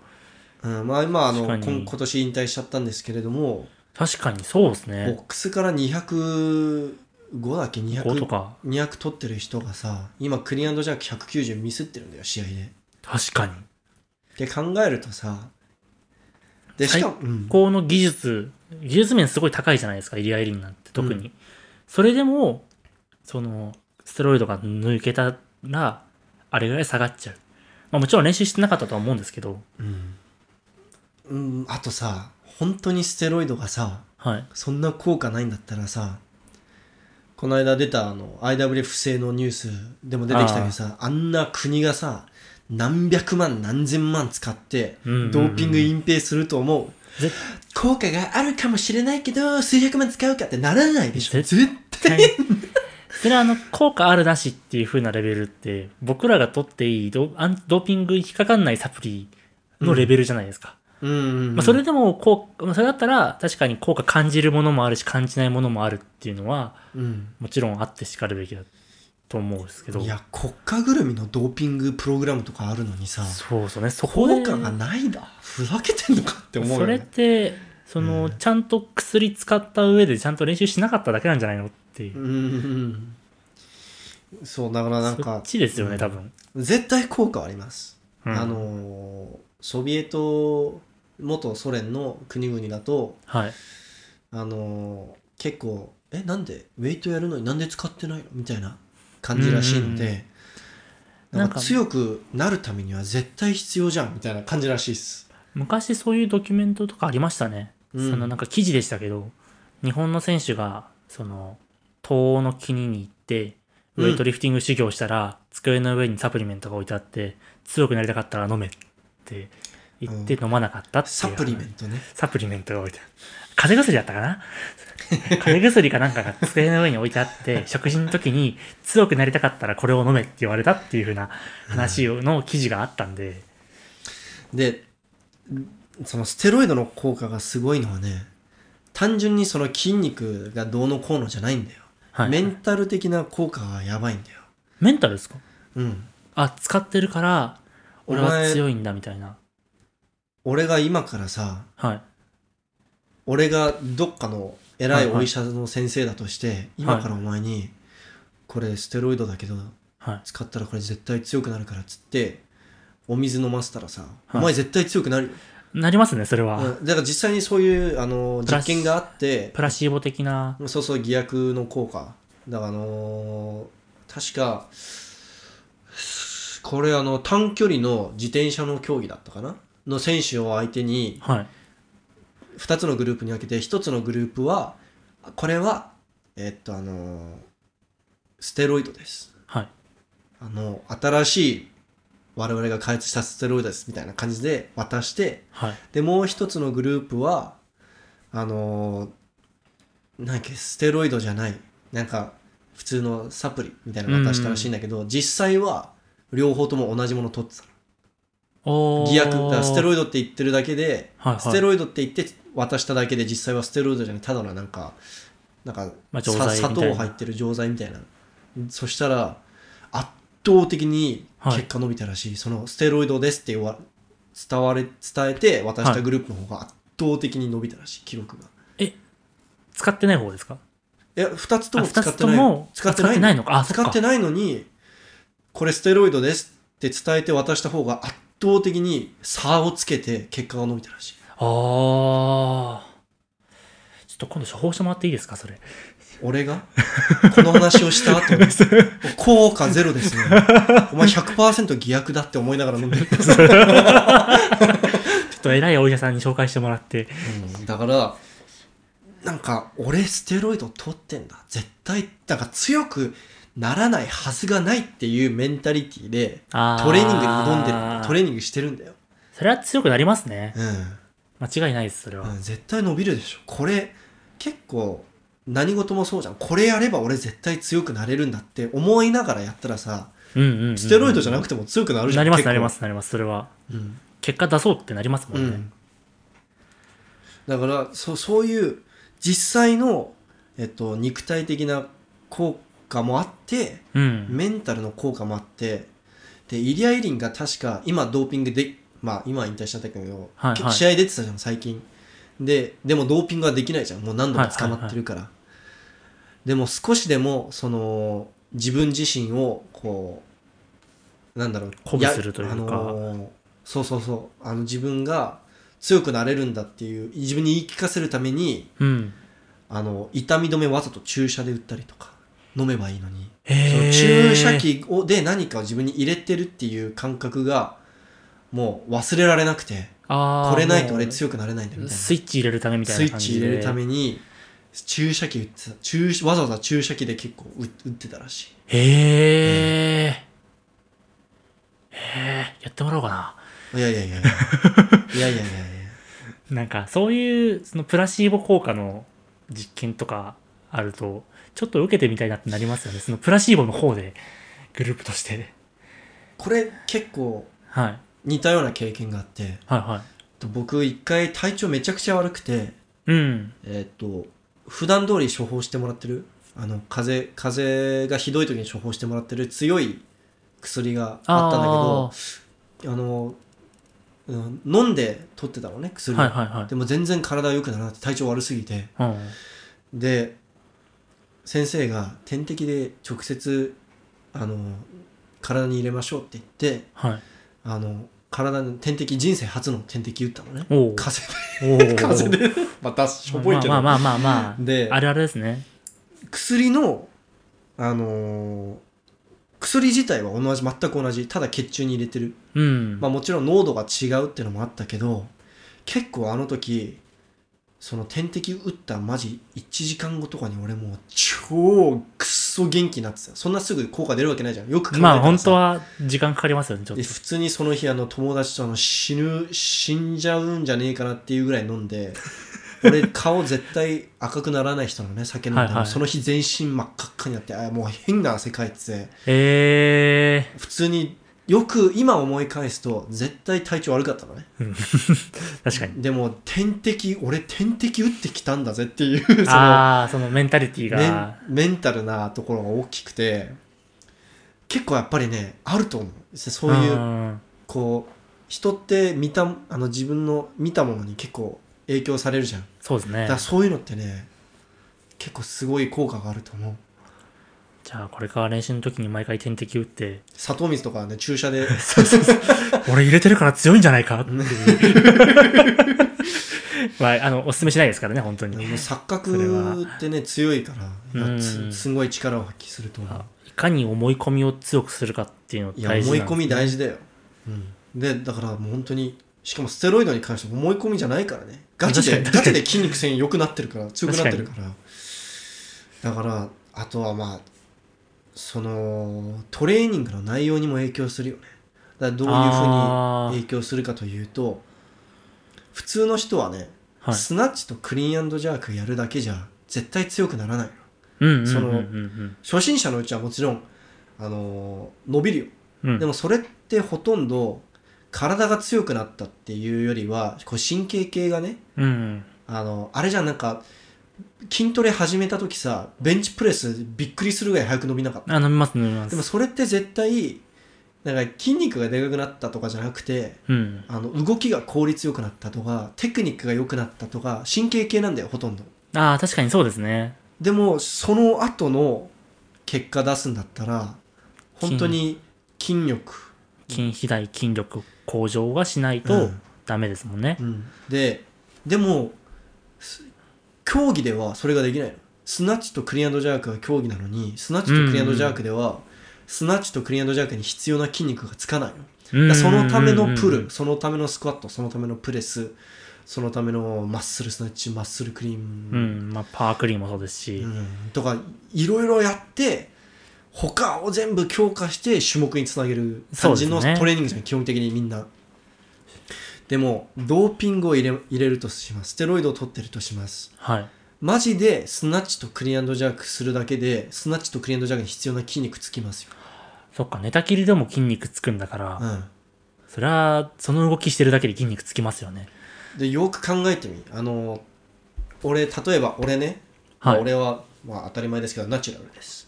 うん、まあ今あの
確かに
今今年引退しちゃったんですけれども
確かにそうです
ボ
ね
ッ。クスから205だっけ
5と
200
か。
200取ってる人がさ今クリアンドジャーク190ミスってるんだよ試合で
確かに。
って考えるとさでしかも、うん
この技術、技術面すごい高いじゃないですか、イリア・エリンなんて特に。それでも、その、ステロイドが抜けたら、あれぐらい下がっちゃう。まあもちろん練習してなかったとは思うんですけど、
うん、うん、あとさ本当にステロイドがさ
はい。
そんな効果ないんだったらさこの間出たあの IWF 制のニュースでも出てきたけどさあんな国がさ何百万何千万使って
うんうんうん
ドーピング隠蔽すると思う,、
絶
効果があるかもしれないけど数百万使うかってならないでしょ
絶
絶
対に。それはあの、効果あるなしっていう風なレベルって、僕らが取っていいドアンドーピングに引っかかんないサプリのレベルじゃないですか。
うんうんうん
まあそれでも効果、まあそれだったら確かに効果感じるものもあるし感じないものもあるっていうのは、
うん
もちろんあってしかるべきだと思うんですけど。
いや国家ぐるみのドーピングプログラムとかあるのにさ
そうそうね、そこで
効果がないだふざけてんのかって思う
そ
よ
れっ
ね
て、その、
うん
ちゃんと薬使った上でちゃんと練習しなかっただけなんじゃないのっていう
う。んうんうんそうだからなん
そ
か
っちですよね、
うん
多分。
絶対効果はあります、
うん
あのーソビエト元ソ連の国々だと
はい。
あのー結構えなんでウェイトやるのになんで使ってないのみたいな感じらしいん
うんうん
で、
うん
なん
なん
か
か
強くなるためには絶対必要じゃんみたいな感じらしいっす
昔そういうドキュメントとかありましたね、
うん
そのなんか記事でしたけど日本の選手がその東欧の国に行って
うん
ウェイトリフティング修行したら、机の上にサプリメントが置いてあって強くなりたかったら飲めって言って飲まなかったっていう、
サプリメントね
サプリメントが置いてある風邪薬だったかな風邪薬かなんかが 机の上に置いてあって食事の時に強くなりたかったらこれを飲めって言われたっていう風な話をの記事があったんで、
でそのステロイドの効果がすごいのはね単純にその筋肉がどうのこうのじゃないんだよ、
はい、
メンタル的な効果がやばいんだよ
メンタルですか
うん
あ、使ってるから、
お
俺
前
は強いんだみたいな。
俺が今からさ
はい。
俺がどっかの偉いお医者の先生だとして、今からお前に、これステロイドだけど
はい。
使ったらこれ絶対強くなるからっつってお水飲ませたらさ、
はい
お前絶対強くなるよ、
なりますね、それは。
うんだから実際にそういうあの
プラ
実
ス
験があって
プラシーボ的な。
そうそう偽薬の効果だからあのー確かこれあの短距離の自転車の競技だったかなの選手を相手に
はい。
2つのグループに分けて1つのグループはこれはえっとあのーステロイドです
はい。
あの新しい我々が開発したステロイドですみたいな感じで渡して
はい。
でもう1つのグループはあのーなんだっけステロイドじゃないなんか普通のサプリみたいなの渡したらしいんだけど、実際は両方とも同じもの取ってた
おー。
偽薬だからステロ
イ
イドって言ってるだけで
ド。はい、はい。
ステロイドって言って渡しただけで実際はステロイドじゃないただのなんかなんか、
まあ錠剤
さ
みたい
砂
な
糖入ってる錠剤みたいなそしたら圧倒的に
はい
結果伸びたらしい、そのステロイドですって言わ伝われ伝えて渡し
は
た
い
グループの方が圧倒的に伸びたらしい記録が
使ってない方ですか
いや2つと
あ、
も使
二
っ
つ
て
と
ない
も
の使ってないの
のか。あ、
使って
ない。
ないのにこれステロイドですって伝えて渡した方が圧倒的に差をつけて結果が伸びたらしい
あー。ちょっと今度処方してもらっていいですか、それ。
俺がこの話をした後に効果ゼロですねお前100%偽薬だって思いながら飲んでる、
ちょっと偉いお医者さんに紹介してもらって。
だからなんか俺ステロイド取ってんだ絶対なんか強くならないはずがないっていうメンタリティで
あー。
トレーニングに挑んでるんだトレーニングしてるんだよ、
それは強くなりますね。
う
間違いないです、それは。
んうん、絶対伸びるでしょこれ結構何事もそうじゃんこれやれば俺絶対強くなれるんだって思いながらやったらさ
うん、うんうんうん
ステロイドじゃな
く
くても強くなるじゃ
なんります、
結構
なります、なります、それは。
うん
結果出そうってなりますも
うん
ね。
ん、だからそそういう実際の、えっと、肉体的な効果もあって
うん。
メンタルの効果もあってでイリア・イリンが確か今ドーピングでまあ今は引退しちゃったけど、
はいはい
結構試合出てたじゃん最近ででもドーピングはできないじゃんもう何度も捕まってるから、でも少しでもその自分自身をこうなんだろう
鼓舞するというか
やあのーそうそうそうあの自分が強くなれるんだっていう自分に言い聞かせるために
うん。
あの痛み止めわざと注射で打ったりとか飲めばいいのにそ
へ
の
ー
注射。器をで何かを自分に入れてるっていう感覚がもう忘れられなくて
あー
これないと俺
もう
強くなれないんだみたいな
スイッチ入れるためみたい
スイ
な
ッ
感
チ
じ
入
で。
れるために注射器打ってた注射わざわざ注射器で結構打打ってたらしい
へえ。へえ。やってもらおうかな。
いやいや いやいやいやいやいやいや
なんかそういうそのプラシーボ効果の実験とかあるとちょっと受けてみたいなってなりますよね。そのプラシーボの方でグループとして。
これ結構
はい
似たような経験があって
はいはい。
僕一回体調めちゃくちゃ悪くて
うん。
えっ、と普段通り処方してもらってるあの風邪風邪がひどい時に処方してもらってる強い薬があったんだけどあの、うん、飲んで取ってたのね
け
薬を、
はいはいはい
で。も全然体良くならなくて体調悪すぎて
うん、
で先生が点滴で直接あの体に入れましょうって言って
はい。
あの体の点滴人生初の点滴打ったのね
おお。
風邪
お
で
ー
風邪でまたしょぼいけど、
まあまあまあまあ、ま
で
あ、あるあるですね。
薬の、あのー薬自体は同じ全く同じただ血中に入れてる、
うん。
まあ、もちろん濃度が違うっていうのもあったけど結構あの時その点滴打ったマジ1時間後とかに俺もう超くっそ元気になってたそんなすぐ効果出るわけないじゃんよく考えた
ま
ら
あ
さ
本当は時間かかりますよね、ちょっ
で
と。
普通にその日あの友達とあの死ぬ死んじゃうんじゃねえかなっていうぐらい飲ん で俺顔絶対赤くならない人なのね酒飲んでも、
はいはい
その日全身真っ赤っかになってあもう変な汗かいてて
ええ
普通によく今思い返すと絶対体調悪かったのね
ー、確かに。
でも点滴俺点滴打ってきたんだぜっていうその
ああ、そのメンタリティー
メ
が
ン。メンタルなところが大きくて結構やっぱりねあると思うそういう
うん
こう人って見たあの自分の見たものに結構影響されるじゃんだ
そうですね
から。そういうのってね結構すごい効果があると思う
じゃあこれから練習の時に毎回点滴打って、
砂糖水とかはね注射 で
俺入れてるから強いんじゃない かっていう。まあ、あの、おすすめしないですからね、本当
もう
に。
錯
それ
覚
は
ってね強いから
うん
すすごい力を発揮すると思う
いかに思い込みを強くするかっていうの
いや
大事
思い
なんですね
込み大事だよ、うん、でだからもう本当にしかもステロイドに関しても思い込みじゃないからねガチで
確かに確か
ガ
に
チで筋肉線良くなってるから強くなってるからだからあとはまあそのトレーニングの内容にも影響するよねだからどういう
あ
ふうに
ー
影響するかというと普通の人はね、
はい
スナッチとクリーンジャークやるだけじゃ絶対強くならないの
うんうんうんうんうん
その初心者のうちはもちろん、あのー伸びるよ
うん
でもそれってほとんど体が強くなったっていうよりはこう神経系がね
うん
あのあれじゃんなんか筋トレ始めた時さベンチプレスびっくりするぐらい早く伸びなかった
あ飲みます飲みます
でもそれって絶対なんか筋肉がでかくなったとかじゃなくて
うん
あの動きが効率よくなったとかテクニックが良くなったとか神経系なんだよほとんど
ああ確かにそうですね
でもその後の結果出すんだったら本当に筋力
筋肥大筋力向上はしない
うん
とダメですもんね、
ででもす競技ではそれができないのスナッチとクリアンドジャークが競技なのにスナッチとクリアンドジャークでは、スナッチとクリアンドジャークに必要な筋肉がつかないの
うん
だからそのためのプ
うん
ルそのためのスクワットそのためのプレスそのためのマッスルスナッチマッスルクリー
う
ン、
んまあパークリーもそうですし、
うんとかいろいろやって他を全部強化して種目につなげる感じの
そうですね
トレーニングじゃん、基本的にみんなでもドーピングを入れ入れるとしますステロイドを取ってるとします
はい
マジでスナッチとクリアンドジャークするだけでスナッチとクリアンドジャークに必要な筋肉つきますよ、
そっか寝たきりでも筋肉つくんだから、
う
それはその動きしてるだけで筋肉つきますよね
ん、でよく考えてみあの俺例えば俺ね、
はい
俺は、まあ、当たり前ですけどナチュラルです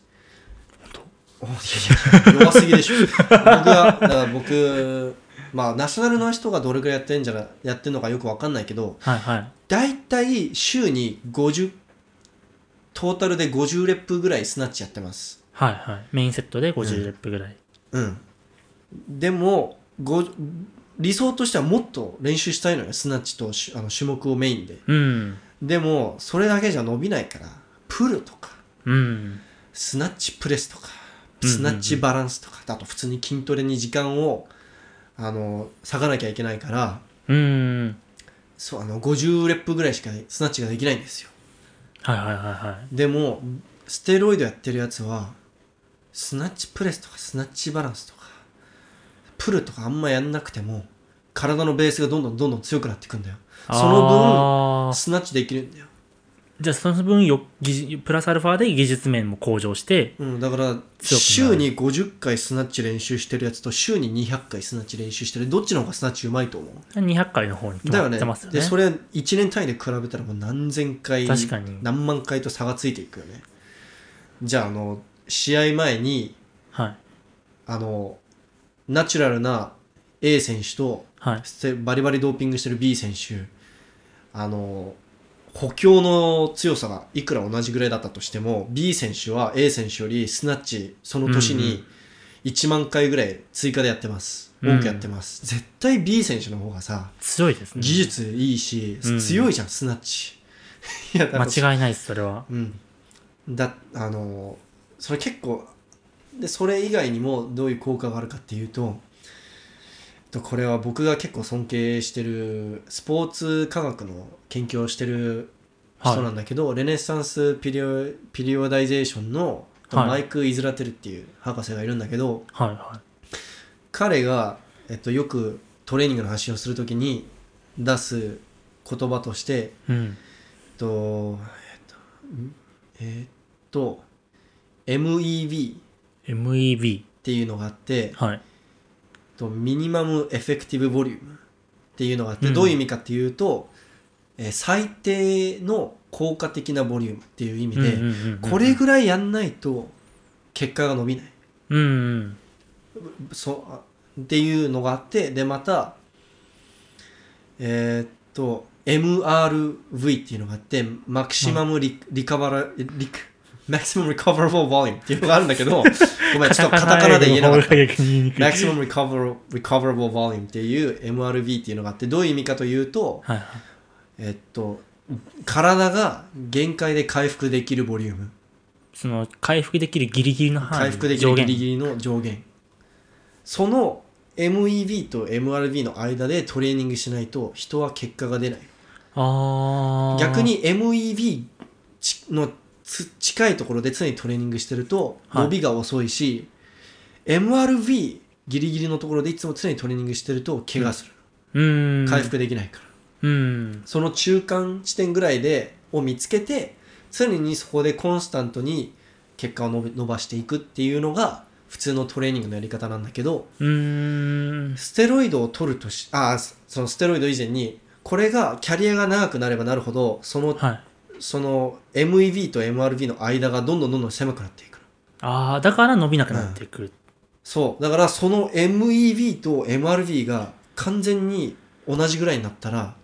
おいやいや弱すぎでしょ僕はだから僕まあナショナルの人がどれくらいやってんじゃなやってんのかよく分かんないけど
はいはい
大体週に50トータルで50レップぐらいスナッチやってます
はいはいメインセットで50レップぐらい、
うんでもご理想としてはもっと練習したいのよスナッチとしあの種目をメインで
うん
でもそれだけじゃ伸びないからプルとか
うん
スナッチプレスとか
うんうんうん
スナッチバランスとか、あと普通に筋トレに時間をあの割かなきゃいけないから
うん
そうあの50レップぐらいしかスナッチができないんですよ
はいはいはいはい
でもステロイドやってるやつはスナッチプレスとかスナッチバランスとかプルとかあんまやんなくても体のベースがどんどんどんどん強くなっていくんだよその
の
分スナッチできるんだよ、
じゃあその分よ技術プラスアルファで技術面も向上して
うん、だから
強くなる
週に50回スナッチ練習してるやつと週に200回スナッチ練習してるどっちの方がスナッチうまいと思う
200回の方に決
だ
ま
よ
っ
ね
てますよね
でそれ1年単位で比べたらもう何千回
確かに
何万回と差がついていくよねじゃああの試合前に
はい
あのナチュラルな A 選手と
はい
ステバリバリドーピングしてる B 選手あの補強の強さがいくら同じぐらいだったとしても B 選手は A 選手よりスナッチその年
うんう
に1万回ぐらい追加でやってます、多くやってます絶対 B 選手の方がさ、
強いですね
技術いいし、
うん
強いじゃんスナッチ いやだから
間違いないですそれは
うんだあのそれ結構でそれ以外にもどういう効果があるかっていうととこれは僕が結構尊敬してるスポーツ科学の研究をしてる
はい
人なんだけど、レネサンスピリオピリオダイゼーションの
はい
マイク・イズラテルっていう博士がいるんだけど、
はいは
彼が、えっと、よくトレーニングの話をするときに出す言葉として、えっ
いうん
と、えっと、えっと、MEV っ
MEB
ていうのがあって、えっ
はい
とミニマムエフェクティブボリュームっていうのがあって、
うん
どういう意味かっていうと、えー最低の効果的なボリュームっていう意味で、
うんうんうんうん
これぐらいやんないと結果が伸びない。
うんうん
そうあっていうのがあってでまたえーっと MRV っていうのがあってマクシマムリ,、リカバラリクマクシマムリカバラボーボリュームっていうのがあるんだけ どごめんちょっとカタカナで言えなか った
カタカナ英語の方が逆に言いにくい
マクシマムリカバラリカバラボーボリュームっていう MRV っていうのがあってどういう意味かというと
はいはい
えっと体が限界で回復できるボリューム
その回復できるギリギリの範囲
回復できるギリギリの上限その MEV と MRV の間でトレーニングしないと人は結果が出ない
あー
逆に MEV ちのつ近いところで常にトレーニングしてると
はい
伸びが遅いし、MRV ギリギリのところでいつも常にトレーニングしてると怪我する、
うん
回復できないから、
うん
その中間地点ぐらいでを見つけて常にそこでコンスタントに結果を伸び伸ばしていくっていうのが普通のトレーニングのやり方なんだけど
うん
ステロイドを取るとしあーそそのステロイド以前にこれがキャリアが長くなればなるほどその,、
はい
その MEV と MRV の間がどんどんどんどん狭くなっていく
ああだから伸びなくなってくる、
そうだからその MEV と MRV が完全に同じぐらいになったら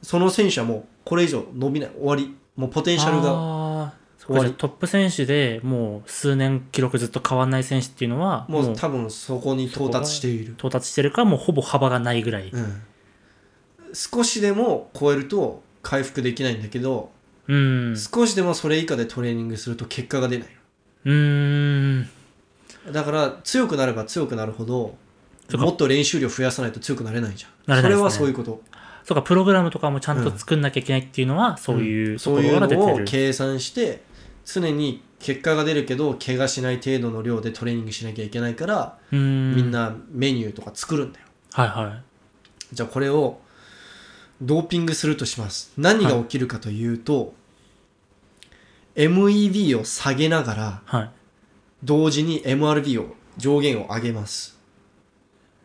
その選手はもうこれ以上伸びない終わりもうポテンシャルが
が
終わり
トップ選手でもう数年記録ずっと変わらない選手っていうのはもう
もう多分そこに到達している、
到達してるかもうほぼ幅がないぐらい、
うん、少しでも超えると回復できないんだけど、
うん、う
少しでもそれ以下でトレーニングすると結果が出ない
ーん
だから強くなれば強くなるほど
そうか
もっと練習量増やさないと強くなれないじゃ、
なん
それ
れないですね
はそういうこと
そうかプログラムとかもちゃんと作んなきゃいけないっていうのは、そういうと
そ
こ
うい
ろ
う
から出て
の
る、
を計算して常に結果が出るけど怪我しない程度の量でトレーニングしなきゃいけないから、
うーん
みんなメニューとか作るんだよ
はいはい
じゃあこれをドーピングするとします何が起きるかというと、MEV を下げながら
はい
同時に MRV を上限を上げます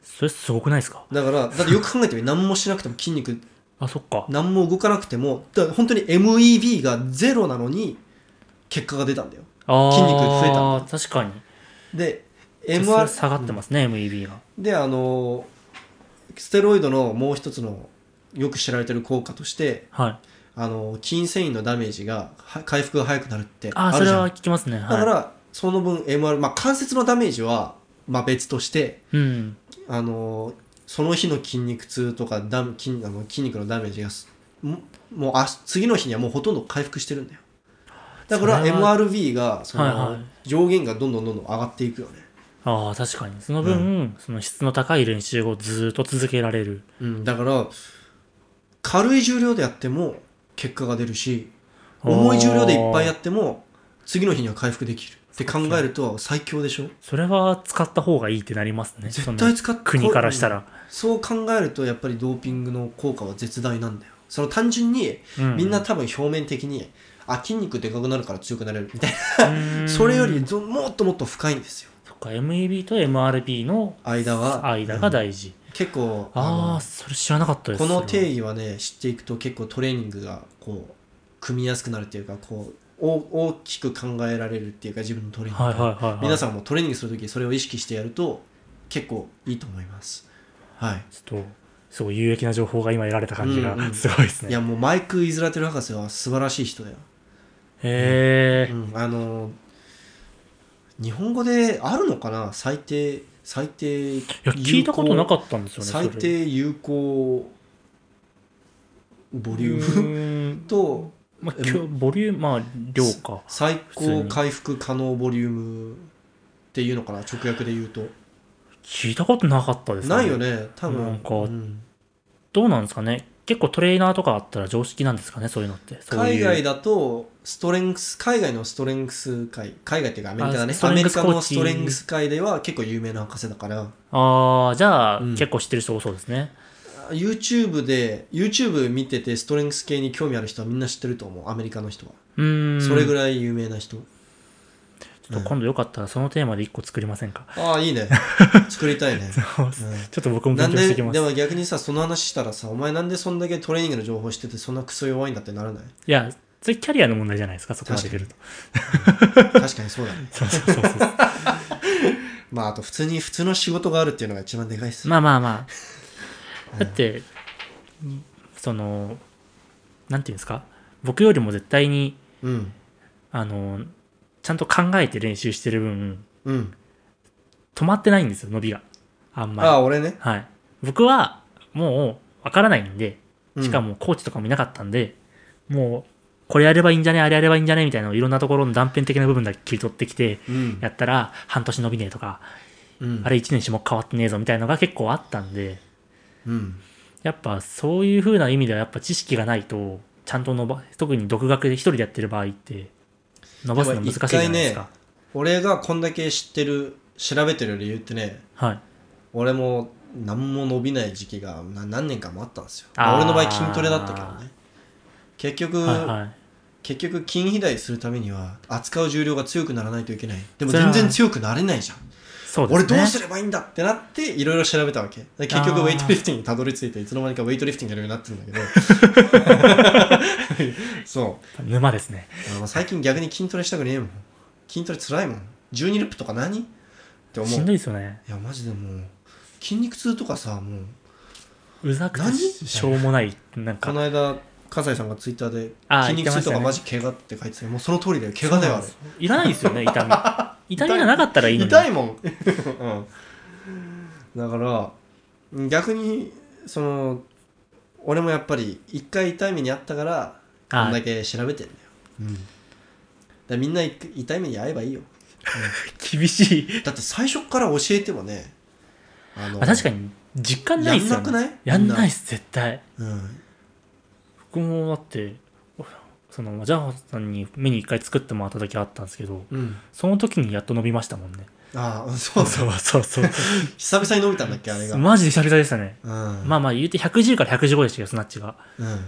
それすごくないですか
だからだってよく考えてみ何もしなくても筋肉
あそっか
何も動かなくてもだから本当に MEV がゼロなのに結果が出たんだよ
あー
筋肉増えた
確かに
で
ちょっと
MR
下がってますね、MEB が。
であのステロイドのもう一つのよく知られてる効果として
はい。
あの筋繊維のダメージがは回復が早くなるって
あ、
あ
そ
るじ
れ
ゃん
は聞きますね。
だか
は
らその分 MR、まあ、関節のダメージは、まあ、別として
い。うん。
あのその日の筋肉痛とかダム筋あの筋肉のダメージがすももうあ次の日にはもうほとんど回復してるんだよだから
それは
MRV がその、
はいはい
上限がどんどんどんどん上がっていくよね、
ああ、確かに。その分、その質の高い練習をずっと続けられる。
うん、だから軽い重量でやっても結果が出るし
あー
重い重量でいっぱいやっても次の日には回復できるって考えると最強でしょ
それは使った方がいいってなりますね。
絶
そ
対
の
使って
国からしたら。
そう考えるとやっぱりドーピングの効果は絶大なんだよその単純に
う
みんな多分表面的に、あ筋肉でかくなるから強くなれるみたい
うん
なそれよりぞもっともっと深いんですよ
そっか、MEB と MRB の
間は
間が大事。
うん結構
ああ、
あ
それ知らなかったで
の
す。
この定
義。
義はね知っていくと結構トレーニングがこう組みやすくなるっていうかこうお大きく考えられるっていうか自分のトレーニング、
はいはいはい、はい。
皆さんもトレーニングするときそれを意識してやると結構いいと思いますはい
ちょっと、すごい有益な情報が今得られた感じ
うんうん
がすごいですね。
いやもうマイク・イズラテル博士は素晴らしい人だよ、
へえ、
うん、あの日本語であるのかな最低最低い
いや、聞いたことなかったんですよね。
最低有効ボリューム
ーム。
と
まあ、きょボリューム、まあ、量か。
最
普通
高
に
回復可能ボリュームっていうのかな直訳で言うと
聞いたことなかったです
ないよ。ね多分
なんか
うん
どうなんですかね。結構トレーナーとかあったら常識なんですかね、そういうのって。そうい
海
う
外だとストレングス海外のストレングス界海外っていうかアメリカだ
あ
ね
ス
ア
トレ
メ
ング
リ
スコ
カ
ーチ
のストレングス界では結構有名な博士だから
ああ、じゃあ、
うん
結構知ってる人多そうですね。
YouTube で YouTube 見ててストレングス系に興味ある人はみんな知ってると思うアメリカの人は、
うーん。
それぐ
らい。
らい有名な人
ちょっと今度よかったらそのテーマで一個作りませ んか。
ああいい ね作りたいね、
ちょっと僕も
うんなん
勉強して
で
き
で
ます。
も逆にさその話したらさお前なんでそんだけトレーニングの情報しててそんなクソ弱いんだってならない
いや、それキャリアの問題じゃないですか、そこまで来ると。
確かにそうだね
そうそうそうそう。
まああと普通に普通の仕事があるっていうのが一番でかいっす、
まあまあまあ。だって、その、なんていうんですか、僕よりも絶対に、
うん
あの、ちゃんと考えて練習してる分、
うん
止まってないんですよ、伸びが。あんまり。
ああ俺ね、
はい。僕は、もう、わからないんで、
うん
しかもコーチとかもいなかったんで、もう、これやればいいんじゃねあれやればいいんじゃねみたいなのをいろんなところの断片的な部分だけ切り取ってきて、
うん
やったら、半年伸びねえとか、
うん
あれ1年種目変わってねえぞみたいなのが結構あったんで、
うん
やっぱそういう風な意味ではやっぱ知識がないと、ちゃんと伸ば、特に独学で一人でやってる場合って、伸ばすの難しいじゃないですか。
俺がこんだけ知ってる調べてる理由ってね
はい。
俺も何も伸びない時期がな何年かもあったんですよ、
あー
俺の場合筋トレだったけどね結局、
はいはい。
結局筋肥大するためには扱う重量が強くならないといけないでも
それは
全然強くなれないじゃん、
そうですね。
俺どうすればいいんだってなっていろいろ調べたわけで結局
あー
ウェイトリフティングにたどり着いていつの間にかウェイトリフティングやるようになってるんだ けどそう
沼ですね。
あの最近逆に筋トレしたくねえもん筋トレ辛いもん12ループとか何って思う
しんどいですよね。
いやマジでもう筋肉痛とかさもう
うざくて
何
しょうもない、なん
こ
か。
の間葛西さんがツイッターで
あー
筋肉痛と
言って
か
ま
マジ怪我って書いてたよもうその通りだよ怪我だよあれ
いらないですよ ね、痛み。痛みがなかったらいいのに。
痛いもん、 うん、だから逆にその俺もやっぱり一回痛い目にあったからこん
あ
だけ調べてんだよ、うん、だからみんな一回痛い目に遭えばいいよ
厳しい。
だって最初から教えてもねあの
あ確かに、実感ないっすよ、ね。
やんなくない
やんないっ
っす、
す、絶対。
うん、
僕もだって、その、ジャホさんにメニュー一回作ってもらった時あったんですけど、
うん、
その時にやっと伸びましたもんね。
ああそうそう
うそうそう。
久々に伸びたんだっけあれが、うん、
マジで久々でしたね。ま
ま
あまあ言うて110から115でしたけど、スナッチが。
うん、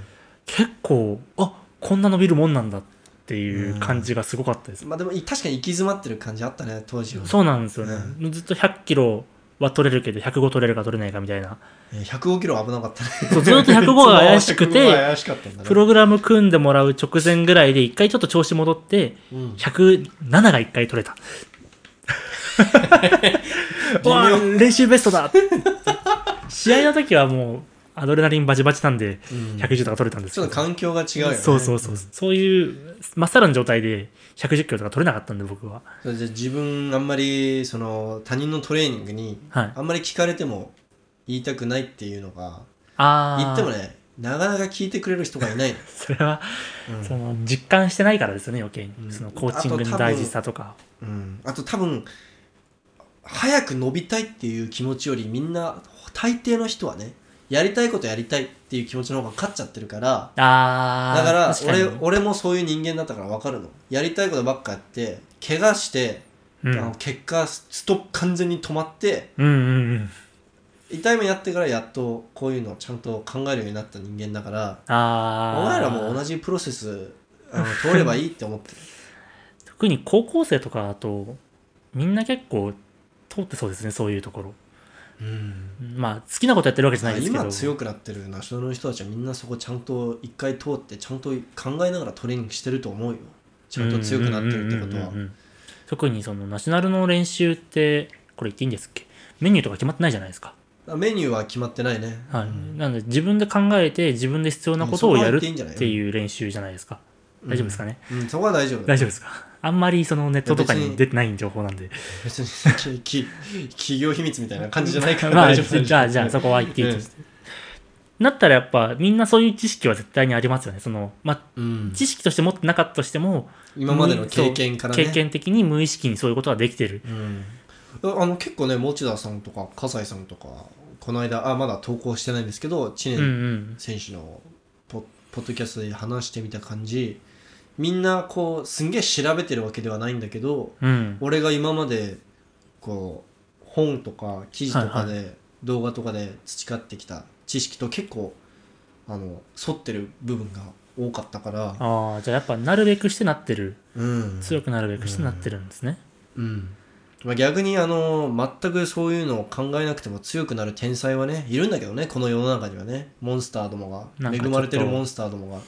結構、あこんな伸びるもんなんだっていう感じがすごかったです。
まあでもい確かに行き詰まってる感じあったね当時は
そうなんですよね。
う
ずっと100キロは取れるけど、105取れるか取れないかみたいな。
えー105キロ危なかったね
そうずっと105が怪しく
105が
て、
怪しかったんだね
プログラム組んでもらう直前ぐらいで、一回ちょっと調子戻って、
うん
107が一回取れた。
妙
わあ練習ベストだ試合の時はもうアドレナリンバチバチなんで
うん
110とか取れたんです
ち
け
ょ
ど、
っと環境が違うよね
そうそうそうそういうまっさらの状態で110キロとか取れなかったんで僕は
それじゃあ自分あんまりその他人のトレーニングに
はい
あんまり聞かれても言いたくないっていうのが
ああ
言ってもねなかなか聞いてくれる人がい ないの、
それは
うん
その実感してないからですよね余計に、
うん
そのコーチングの大事さとか
うん、あと多分早く伸びたいっていう気持ちよりみんな大抵の人はねやりたいことやりたいっていう気持ちの方が勝っちゃってるから
ああ
だから
確
俺
に
俺もそういう人間だったから分かるのやりたいことばっかやって怪我して、
うん、
あの結果ストップ完全に止まって
うんうんうん
痛い目やってからやっとこういうのをちゃんと考えるようになった人間だから
ああ
お前らも同じプロセス あの通ればいいって思ってる
特に高校生とかだとみんな結構通ってそうですねそういうところ
うん
まあ好きなことやってるわけじゃないですけど
今強くなってるナショナルの人たちはみんなそこちゃんと一回通ってちゃんと考えながらトレーニングしてると思うよちゃんと強くなってるってことは
うんうんうんうん特にそのナショナルの練習ってこれ言っていいんですっけメニューとか決まってないじゃないですか、
あメニューは決まってないね、
はい
うん
なので自分で考えて自分で必要なことをやるっていう練習じゃないですか大丈夫ですかね、
うん、そこは大丈夫
大丈夫ですかあんまりそのネットとか
いや別
に
に
出てない情報なんで
別にき企業秘密みたいな感じじゃないから
まあ
大丈夫大丈夫
じゃあじゃあそこは言っていいとして、なったらやっぱみんなそういう知識は絶対にありますよねその、まあ、
うん
知識として持ってなかったとしても
今までの経験からね
経験的に無意識にそういうことはできてる
うん、あの結構ね持田さんとか葛西さんとかこの間あまだ投稿してないんですけど知
うんう
念
ん
選手のポ,、ポッドキャストで話してみた感じみんなこうすんげえ調べてるわけではないんだけど
うん
俺が今までこう本とか記事とかで、動画とかで培ってきた知識と結構あの沿ってる部分が多かったから、
ああじゃあやっぱなるべくしてなってる
うん
強くなるべくしてなってるんですね、
うんまあ、逆にあの全くそういうのを考えなくても強くなる天才はねいるんだけどねこの世の中にはねモンスターども
な
が恵
んかちょっと
まれてるモンスターどもが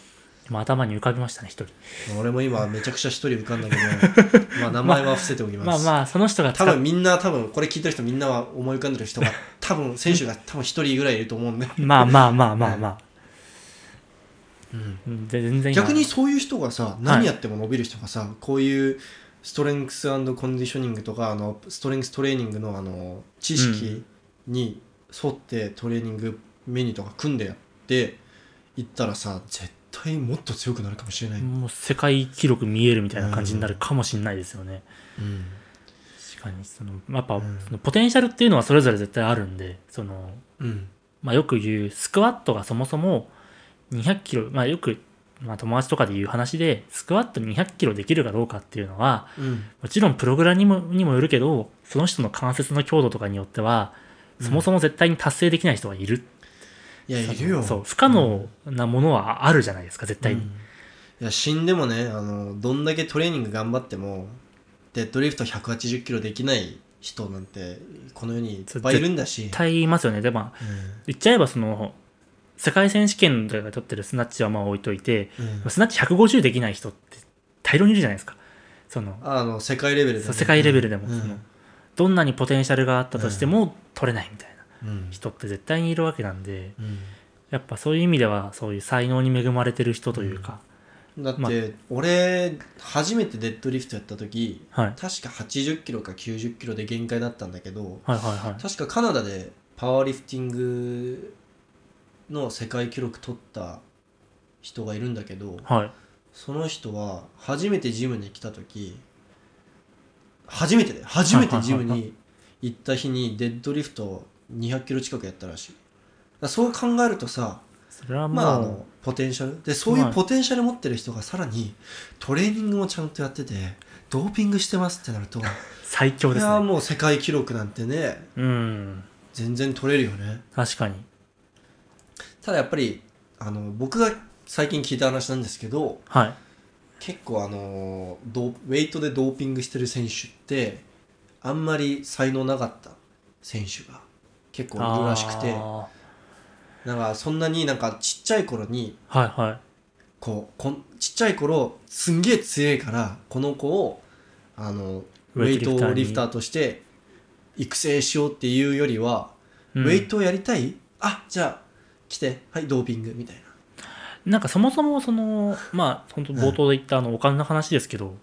今頭に浮かびましたね一人
俺も今めちゃくちゃ一人浮かんだけ どまあ名前は伏せておきます、
まあまあその人が使
多
っ
分みんな多分これ聞いてる人みんなは思い浮かんでる人が多分選手が多分一人ぐらいいると思うんで、
まあまあまあまあま
うん
あうんで全然今
逆にそういう人がさ何やっても伸びる人がさ、こういうストレングスコンディショニングとかあのストレングストレーニングのあの知識に沿ってトレーニングメニューとか組んでやっていったらさ絶対もっと強くなるかもしれない、
もう世界記録見えるみたいな感じになるかもしれないですよね、
うん
確かにそのやっぱ、
うん
そのポテンシャルっていうのはそれぞれ絶対あるんでその、
うん
まあ、よく言うスクワットがそもそも200キロ、まあ、よく、まあ、友達とかで言う話でスクワット200キロできるかどうかっていうのは
うん
もちろんプログラムにもにもよるけどその人の関節の強度とかによっては
うん
そもそも絶対に達成できない人はいる、
いやいるよ
そう不可能なものはあるじゃないですか絶対に、
うんいや死んでもねあのどんだけトレーニング頑張ってもデッドリフト180キロできない人なんてこの世にいっぱいいるんだし
絶、対いますよねでも
う
言っちゃえばその世界選手権とかで取ってるスナッチはまあ置いといて
んうん
スナッチ150できない人って大量にいるじゃないですかその
あの世界レベルで
そう世界レベルでも、
うん
そのどんなにポテンシャルがあったとしても取れないみたいな
うん
人って絶対にいるわけなんで
うん
やっぱそういう意味ではそういう才能に恵まれてる人というか、
だって、
まあ
俺初めてデッドリフトやった時
はい、
確か80キロか90キロで限界だったんだけど
はいはいはい
確かカナダでパワーリフティングの世界記録取った人がいるんだけど
はい
その人は初めてジムに来た時初めてで初めてジムに行った日にデッドリフト200キロ近くやったらしいだからそう考えるとさ
それはもう、
まあ、あのポテンシャルでそういうポテンシャル持ってる人がさらにトレーニングもちゃんとやっててドーピングしてますってなると、
最強
い
です
や
ね
もう世界記録なんてね
うん
全然取れるよね
確かに
ただやっぱりあの僕が最近聞いた話なんですけど
はい
結構あのドウェイトでドーピングしてる選手ってあんまり才能なかった選手が結構いるらしくて
あー
なんかそんなになんかちっちゃい頃に
はいはい
こうこんちっちゃい頃すんげえ強いからこの子をあのウェイトリフタ
ー
ーとして育成しようっていうよりは、
に、うん
ウェイトをやりたいあじゃあ来てはいドーピングみたいな
なんかそもそもそのまあ本当冒頭で言ったあのお金の話ですけど、言っ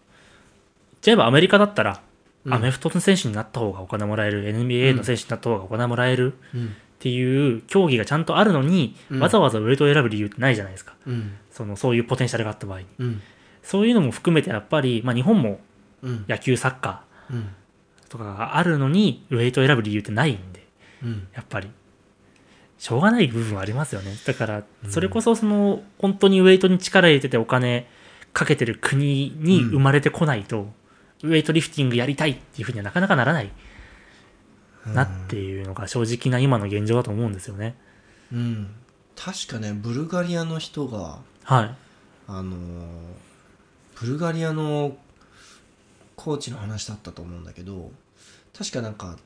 ちゃえばアメリカだったら、
うん
アメフトの選手になった方がお金もらえる NBA の選手になった方がお金もらえる
うん
っていう競技がちゃんとあるのに、
うん
わざわざウェイトを選ぶ理由ってないじゃないですか
うん
そのそういうポテンシャルがあった場合に
うん
そういうのも含めてやっぱり、まあ、日本も
うん
野球サッカ
うん
ーとかがあるのにウェイトを選ぶ理由ってないんで
うん
やっぱりしょうがない部分はありますよねだから
うん
それこそその本当にウェイトに力入れててお金かけてる国に
うん
生まれてこないと、ウェイトリフティングやりたいっていうふうにはなかなかならないなっていうのが正直な今の現状だと思うんですよね。
うん確かねブルガリアの人が
はい、
あのーブルガリアのコーチの話だったと思うんだけど確かなんか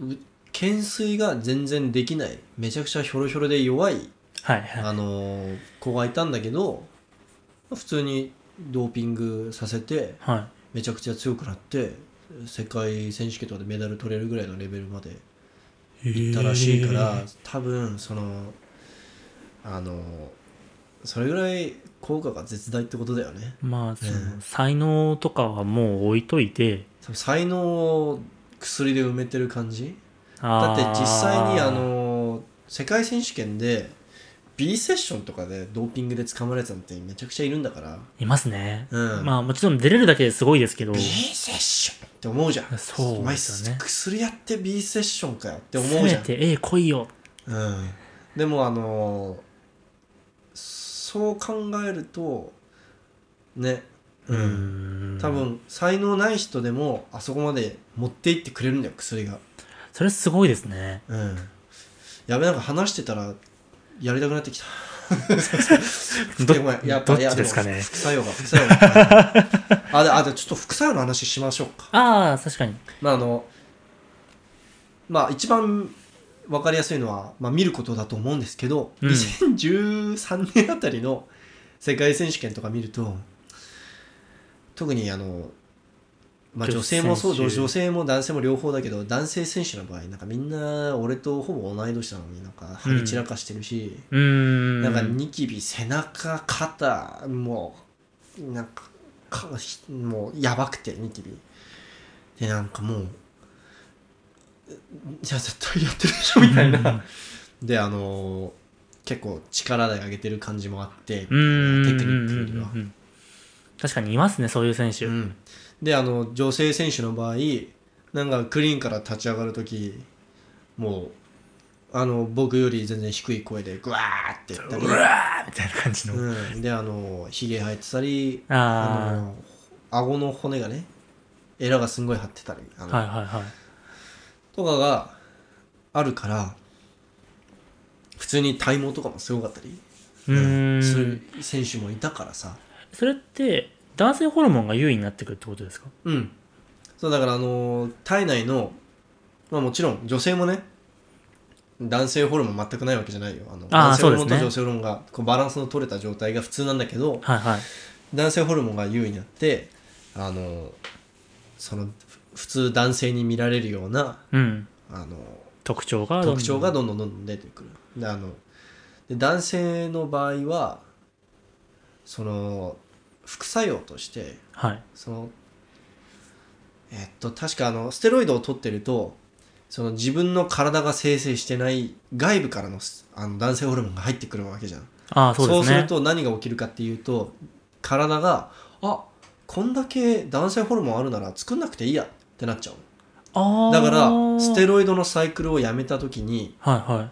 う懸垂が全然できないめちゃくちゃひょろひょろで弱い
はい、はい
あのー子がいたんだけど普通にドーピングさせて
はい
めちゃくちゃ強くなって世界選手権とかでメダル取れるぐらいのレベルまで行ったらしいから多分そのあのそれぐらい効果が絶大ってことだよね
まあそ
ね
の才能とかはもう置いといて
多分才能を薬で埋めてる感じだ
だ
って実際にあの世界選手権で B セッションとかでドーピングで捕まれたのってめちゃくちゃいるんだから、
いますね、
うん
まあもちろん出れるだけですごいですけど
B セッションって思うじゃん
そうですよね
お前薬やって B セッションかよって思
せ
うじ
め
ゃん
て A 来いよ
うんでもあのーそう考えるとね
う
うん
ん
多分才能ない人でもあそこまで持っていってくれるんだよ薬が
それすごいですね
うんやべなんか話してたらやりたくなってきた
ど
でもやっぱ
どっちですか
いや
ね
も副作用が副作用があであでちょっと副作用の話しましょうか
ああ確かに
まああのまあ一番わかりやすいのは、まあ、見ることだと思うんですけど、
うん
2013年あたりの世界選手権とか見ると特にあの、まあ、女性もそう女
女子選手
性も男性も両方だけど男性選手の場合なんかみんな俺とほぼ同い年なのになんか張り散らかしてるし、
うーん
なんかニキビ背中肩もうなんかかひもうやばくてニキビでなんかもうじゃあ絶対やってるでしょみたいなであのー結構力で上げてる感じもあって
うーん
テクニックよりは
うんうんうん確かにいますねそういう選手、
うんであの女性選手の場合なんかクリーンから立ち上がる時もうあの僕より全然低い声でグワーって言ったり
うわーみたいな感じの、
うん、であのひげ生えてたりあ
あ
の顎の骨がねエラがすんごい張ってたりあ
あ
の、
はいはいはい
とかがあるから普通に体毛とかもすごかったり
うーん
する選手もいたからさ
それって男性ホルモンが優位になってくるってことですか
うんそうだからあの体内の、まあ、もちろん女性もね男性ホルモン全くないわけじゃないよあの
あー
男性ホルモ
そう
ンと
ですね
女性ホルモンがこうバランスの取れた状態が普通なんだけど、
はいはい
男性ホルモンが優位になってあのそのふ普通男性に見られるような
うん
あの
特徴がどんどん
特徴がどんどんどんどん出てくるであので男性の場合はその副作用として
はい
そのえっと確かあのステロイドを取ってるとその自分の体が生成してない外部からのすあの男性ホルモンが入ってくるわけじゃん
ああそう
そう
です
す
ね
ると何が起きるかっていうと体があこんだけ男性ホルモンあるなら作んなくていいやってなっちゃう
ああ
だからステ
ロ
ロイドのサイクルをやめた時に
はいはい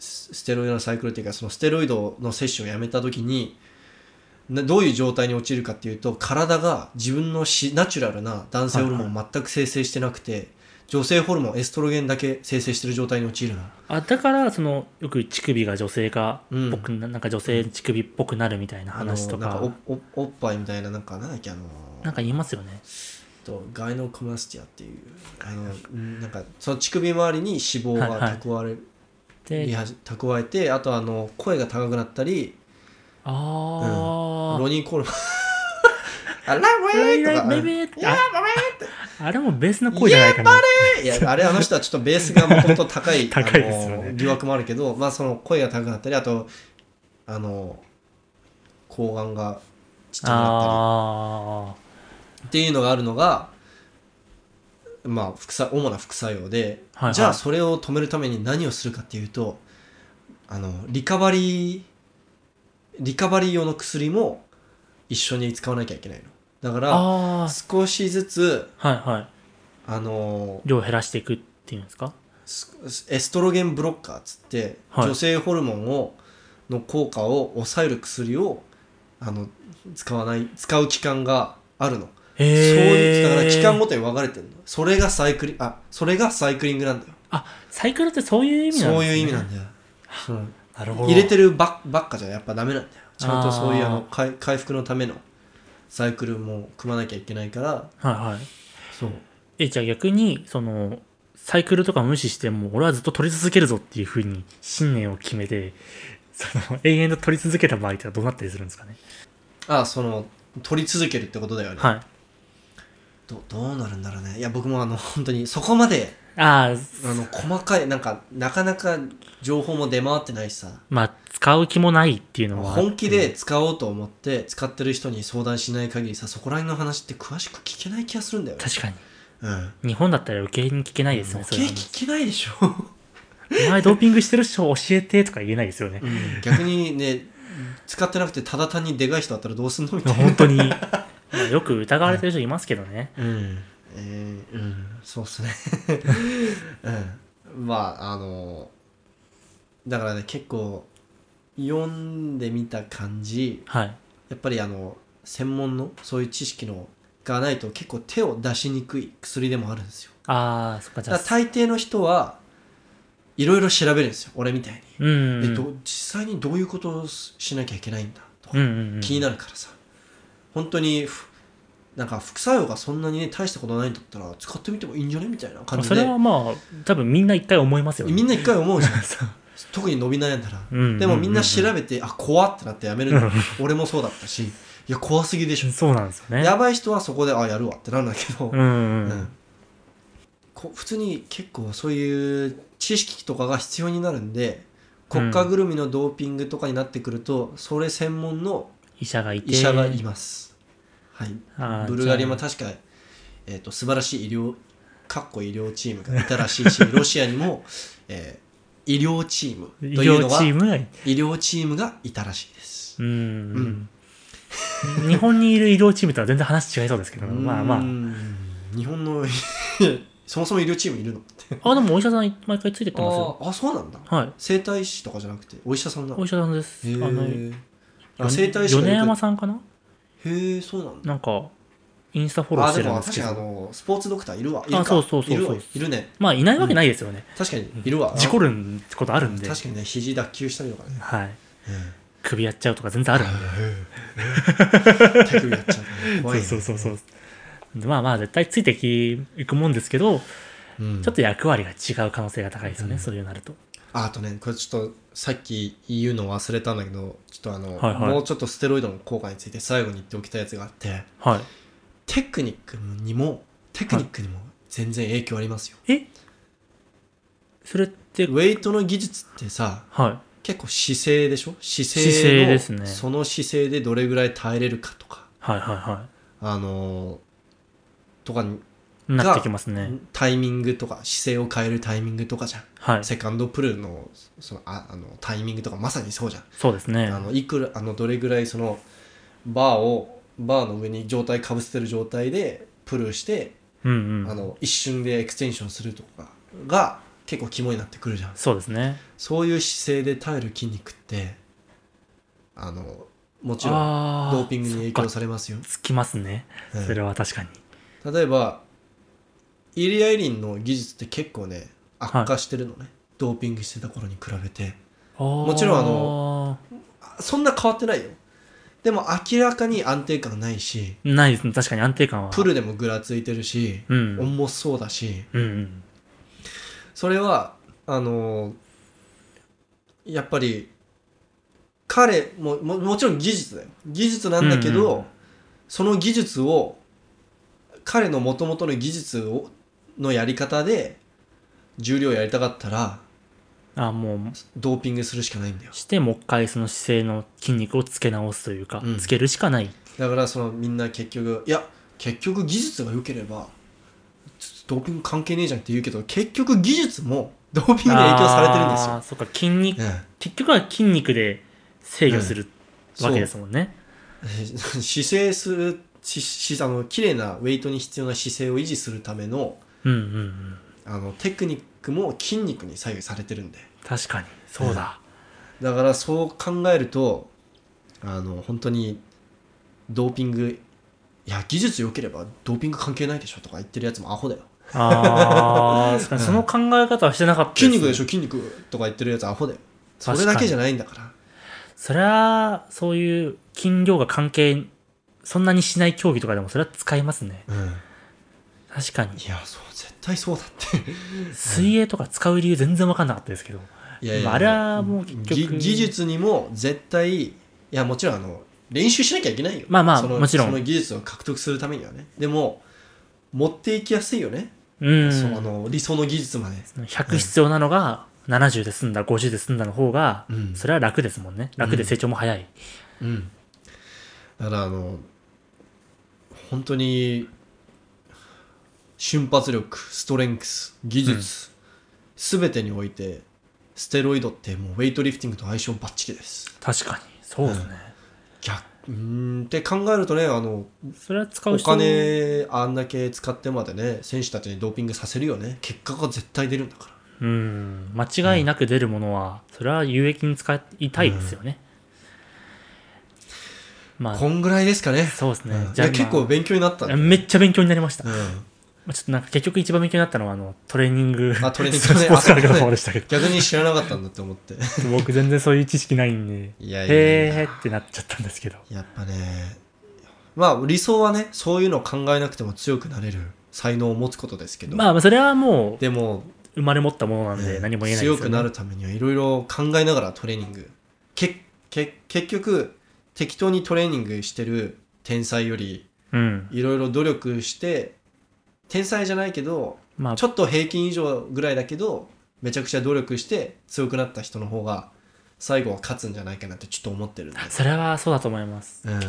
スステロイドのサイクルっていうかそのステロイドの摂取をやめた時になどういう状態に陥るかっていうと体が自分のしナチュラルな男性ホルモンを全く生成してなくて、女性ホルモンエストロゲンだけ生成してる状態に陥るの
あだからそのよく乳首が女性が
うん
っぽくな,、んか女性乳首っぽくなるみたいな
あの
話とか
なんかおおおっぱいみたいななんかなんだっけあのー
なんか言いますよね
とガイノコマスティアっていうあのうんなんかその乳首周りに脂肪
はいはい
が蓄え,、
で
蓄えてあとあの声が高くなったり
あ
ロニー・コールマン あラブウェイと
あ
か
ベ
うん
ベーって
や
あ
ばい
あれもベースの声じゃないかな。
いやあれあの人はちょっとベースがもともと高い
高いですよね
あの疑惑もあるけど、まあ、その声が高くなったりあとあの睾丸がちっちゃくなっ
あ
たりっていうのがあるのが、まあ、副作主な副作用で、
はいはい
じゃあそれを止めるために何をするかっていうとあのリカバリーリカバリー用の薬も一緒に使わなきゃいけないのだか
あ。
ら
ああ。
少しずつ
はいはい。
あの
量を減らしていくっていうんですか
すエストロゲンブロッカーっつって、
はい
女性ホルモンをの効果を抑える薬をあの使わない使う期間があるの、
へえ。
そうだから期間ごとに分かれてるのそれがサイクリあそれがサイクリングなんだよ
あ、サイクルってそういう意味なん
そ
です
うい
ね
う意味なんだよ、うん
なるほど。
入れてるばばっかじゃやっぱダメなんだよちゃんとそういうあ
あー
の回回復のためのサイクルも組まなきゃいけないから
はいはい。
そう
え、じゃあ逆に、その、サイクルとか無視しても、俺はずっと取り続けるぞっていうふうに信念を決めて、その、永遠と取り続けた場合ってのはどうなったりするんですかね
あその取り続けるってことだよね、
はい。
どどうなるんだろうねいや僕もあの本当にそこまで
ああ、
あの細かいなんかなかなか情報も出回ってないしさ
まあ、使う気もないっていうのは。
本気で使おうと思って使ってる人に相談しない限りさそこら辺の話って詳しく聞けない気がするんだよね
確かに。
うん
日本だったら受けに聞けないですよ
余計
ね。そういう話
聞けないでしょ、
お前ドーピングしてる人教えてとか言えないですよね。
うん 逆にね使ってなくてただ単にでかい人だったらどうすんのみたいな
本当 に。まあよく疑われてる人いますけどね。
うんえーうんそうっすね うんまああのだからね結構読んでみた感じ
はい。
やっぱりあの専門のそういう知識のがないと結構手を出しにくい薬でもあるんですよ
ああ、そっか、じゃ
だ
あ。
から大抵の人はいろいろ調べるんですよ俺みたいに、
うん。
えっと、実際にどういうことをしなきゃいけないんだとか
うんうんうん、
気に
な
なるからさ、本当にふなんか副作用がそんなにね大したことないんだったら使ってみてもいいんじゃねみたいな感じ
そ
で
れはまあ、多分みんな一回思いますよね。
みんな一回思うじゃん
そう
特に伸び悩んだら、
うんうんうんうん
でもみんな調べてあ怖ってなってやめるの、俺もそうだったしいや怖すぎでしょ
そうなんですよね。
やばい人はそこであやるわってなるんだけど、
うんうん、う
うん
ん。
こ普通に結構そういう知識とかが必要になるんで国家ぐるみのドーピングとかになってくると、それ専門の
医者がいて。
医者がいます、は
あ
い
ー
ブルガリアも確か、えー、と素晴らしい医療かっこ医療チームがいたらしいしロシアに も、えー医療チーム
医
という
療
のが
チームがい
医療チームがいたらしいです
うんうん。日本にいる医療チームとは全然話違いそうですけど、まあま
うー
あ。
ん日本の そもそも医療チームいるのって
あ、でもお医者さん毎回ついてってますよ。
あーあそうなんだ
はい。
整体師とかじゃなくてお医者さんなの
お医者さんです。
へ
あの、
ーあ整体師が
米
よ
山
く
さんかな
へえそうなんだ
なんか、インスタフォロー
あ
して
で
るん
も
です
確
け
かにあ
ど。
のスポーツドクターいるわいる
あ
か
そうそうそうそう
いるわいるね
まあ、いないわけないですよね。
確かにいるわ
事故るんことあるんで。
確かにね肘脱臼したりとかね
はい。首やっちゃうとか全然あるんで。
手首やっちゃう ね怖いね
そうそうそうそう。でまあまあ、絶対ついてきいくもんですけど、
うん
ちょっと役割が違う可能性が高いですよね、
うん
そういうなると。
ああとねこれちょっとさっき言うの忘れたんだけどちょっとあの
はいはい
もうちょっとステロイドの効果について最後に言っておきたいやつがあって
はい。
テクニックにもテクニックにも全然影響ありますよ
えそれって、
ウ
はい。
ェイトの技術ってさ
あ
結構姿勢でしょ姿勢の
姿勢ですね
その姿勢でどれぐらい耐えれるかとか
はいはいは
あのーとかに
い。なってきますね。
タイミングとか姿勢を変えるタイミングとかじゃん、
はい。
セカンドプルのそのああのタイミングとかまさにそうじゃん、
そうですね
あ。のいくらあのどれぐらいそのバーをバーの上に上体かぶせてる状態でプルして、
うんう
あ
ん。
の一瞬でエクステンションするとかが結構肝になってくるじゃん
そうですね。
そういう姿勢で耐える筋肉ってあのもちろん
あ
ドーピングに影響
そっか
されますよ、
つきますね。
うん
それは確かに。
例えばイリア・エリンの技術って結構ね悪化してるのね、ドーピングしてた頃に比べて
も
ちろんあ
の、
あそんな変わってないよでも明らかに安定感ないし
ないですね。確かに安定感は。
プルでもぐらついてるし、
うん。うん
重そうだし
うん。
それはあのーやっぱり彼もももちろん技術だよ技術なんだけど、
うん
その技術を彼のもともとの技術をのやり方で重量やりたかったら
あもう
ドーピングするしかないんだよ
してもう一回その姿勢の筋肉をつけ直すというか、
うん
つけるしかない
だからそのみんな結局いや結局技術が良ければドーピング関係ねえじゃんって言うけど結局技術もドーピングに影響されてるんです
あ
よ
ーそっか筋肉、
ええ
結局は筋肉で制御するわけですもんね、
そう 姿勢するししあの綺麗なウェイトに必要な姿勢を維持するための
うんうんうん
あのテクニックも筋肉に左右されてるんで
確かにそうだ、
だからそう考えるとあの本当にドーピングいや技術良ければドーピング関係ないでしょとか言ってるやつもアホだよ
ああ確かにその考え方はしてなかった
筋肉でし
ょ
ょ筋肉とか言ってるやつアホだよそ
確か
れ
に
だけじゃないんだから
そりゃそういう筋量が関係そんなにしない競技とかでもそれは使いますね
うん
確かに
いやそう絶対そうだって
水泳とか使う理由全然分かんなかったですけど、
いやい
まあ
や
あれはもう結局
ぎ技術にも絶対いやもちろんあの練習しなきゃいけないよ
まあまあ
その
もちろん
その技術を獲得するためにはねでも持っていきやすいよね、
うん
そのあの理想の技術まで、
100必要なのが70で済んだ50で済んだの方が
うん
それは楽ですもんね楽で成長も早い、
うん、だからあの本当に瞬発力ストレングス技術、全てにおいてステロイドってもうウェイトリフティングと相性バッチリです
確かにそうですね、
逆うーんって考えるとねあの
それは使う
お
人
金あんだけ使ってまでね選手たちにドーピングさせるよね結果が絶対出るんだから
うん間違いなく出るものはそれは有益に使いたいですよね、まあ
こんぐらいですかね
そうですね、
うんい
じゃあ
や結構勉強になったんだ
めっちゃ勉強になりました、
う
ま
ん
あちょっとなんか結局一番勉強になったのはあのトレーニング
あトレーニング
スポーツ科学の
あそう
方
ね
でしたけど
逆に知らなかったんだって思って
僕全然そういう知識ないんで
いやいやいや
へーってなっちゃったんですけど
やっぱねまあ理想はねそういうのを考えなくても強くなれる才能を持つことですけど、
まあそれはもう
でも、
生まれ持ったものなんで
うん
何も言えないですよ、
強
ね、
くなるためにはいろいろ考えながらトレーニングけけ結局適当にトレーニングしてる天才より
うん
いろいろ努力して天才じゃないけど
まあ
ちょっと平均以上ぐらいだけどめちゃくちゃ努力して強くなった人の方が最後は勝つんじゃないかなってちょっと思ってるんで、
それはそうだと思います
うん、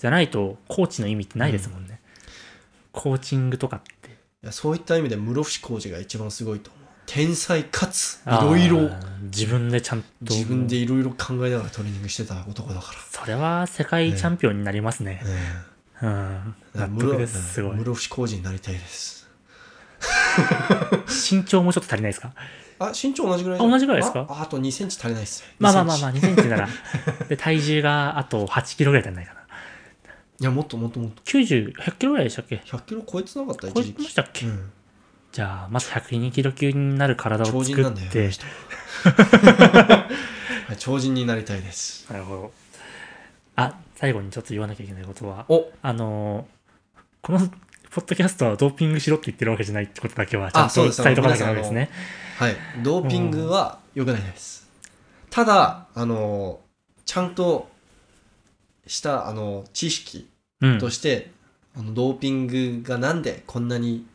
じゃないとコーチの意味ってないですもんね、コーチングとかって
いやそういった意味で室伏浩二が一番すごいと思う天才かつい
あ
ろ
ー
いろ
自分でちゃんと
自分でいろいろ考えながらトレーニングしてた男だか
それは世界チャンピオンになりますね
ら、、うん
うん
だから
納
室
得ですすご
うん
い
室伏浩二になりたいです
身長もちょっと足りないですか
あ身長同じぐらいじゃん
あ同じぐらいですか
ああと2センチ足りないですね
まあまあまあ
2
ま
セン
あ2センチなら で体重があと8キロぐらいじゃないかな
チいやもっともっともっと
90100キロぐらいでしたっけ
100キロ超えてなかった
超
一
え
時期
てましたっけ、
うん
じゃあまず102キロ級になる体
超
を
人
作
な
っ
んだよあ
て
の人はい超人になりたいです
なるほど。あ、最後にちょっと言わなきゃいけないことは、
お
あのーこのポッドキャストはドーピングしろって言ってるわけじゃないってことだけは、ちゃん
あそ
と
うです
伝えとかなきゃダメですね。
はいドーピングは良くないですただあのちゃんとしたあの知識
うん。
として、あのドーピングがなんでこんなに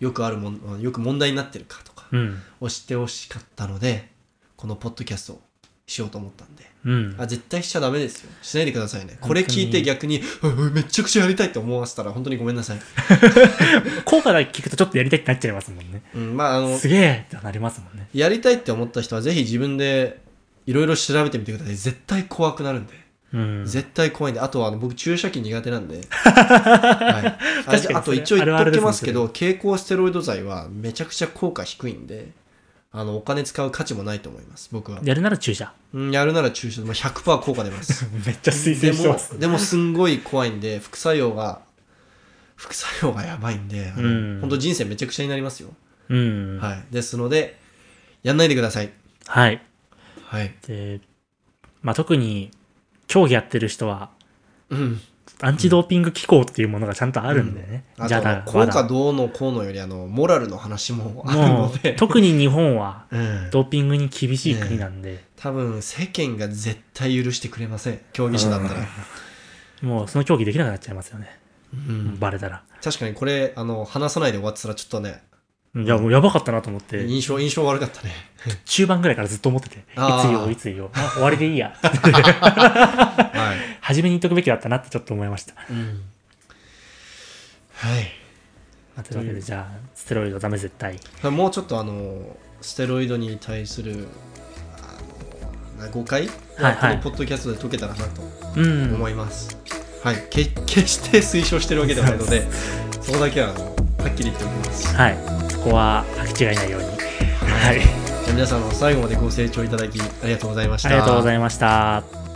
よくあるもんよく問題になってるかとか
うん。
を知ってほしかったのでこのポッドキャストをしようと思ったんで
うん。
あ絶対しちゃダメですよしないでくださいねこれ
本当に
聞いて逆にうんうんめちゃくちゃやりたいって思わせたら本当にごめんなさい、
効果が聞くとちょっとやりたいってなっちゃいますもんね。
うん、まああの
すげえってなりますもんね。
やりたいって思った人はぜひ自分でいろいろ調べてみてください絶対怖くなるんで
うん。
絶対怖いんであとはあの僕注射器苦手なん で、はい、あ
確か
じ
に
ゃああと一応
それ
言
あ
っと
るある
き
ですね
ますけど蛍光ステロイド剤はめちゃくちゃ効果低いんであのお金使う価値もないと思います僕は、
やるなら注射。
うん、やるなら注射、まあ、100%効果出ます
めっちゃ 推
で
薦してま
も
す。
でもすんごい怖いんで副作用が副作用がやばいんであの
うん
本当人生めちゃくちゃになりますよ、
うん。はい。
はい、ですのでやんないでくださいはい、
で、まあ、特に、競技やってる人は、
うん、
アンチドーピング機構っていうものがちゃんとあるんでね。
あ
じゃ
と
あ
は
だ、
効果
ま
どうのこうのよりあのモラルの話もある
だも
の
う、
で
特に日本は、
うん
ドーピングに厳しい国なん で、
多分世間が絶対許してくれません競技者だったら、
もうその競技できなくなっちゃいますよね。
うん
バレたら。
確かにこれあの話さないで終わってたらちょっとね
いや、もうやばかったなと思って、
印象印象悪かった ね
中盤ぐらいからずっと思ってて、いつ
あー
言おう、いつ 言おう、あ終わりでいいや。
はい、
初めに言っとくべきだったなってちょっと思いました。
うん、はい
というわけで、じゃあ、ステロイドダメ絶対。
もうちょっとあのステロイドに対するあの誤解
はいは
この。
い
ポッドキャストで解けたらなと
うん。
思います、はいけ決して推奨してるわけではないの でそこだけはあのはっきり言っておきます
はい。そこは履き違いないように。はい。
じゃあ皆さんあの最後までご清聴いただきありがとうございました
ありがとうございました。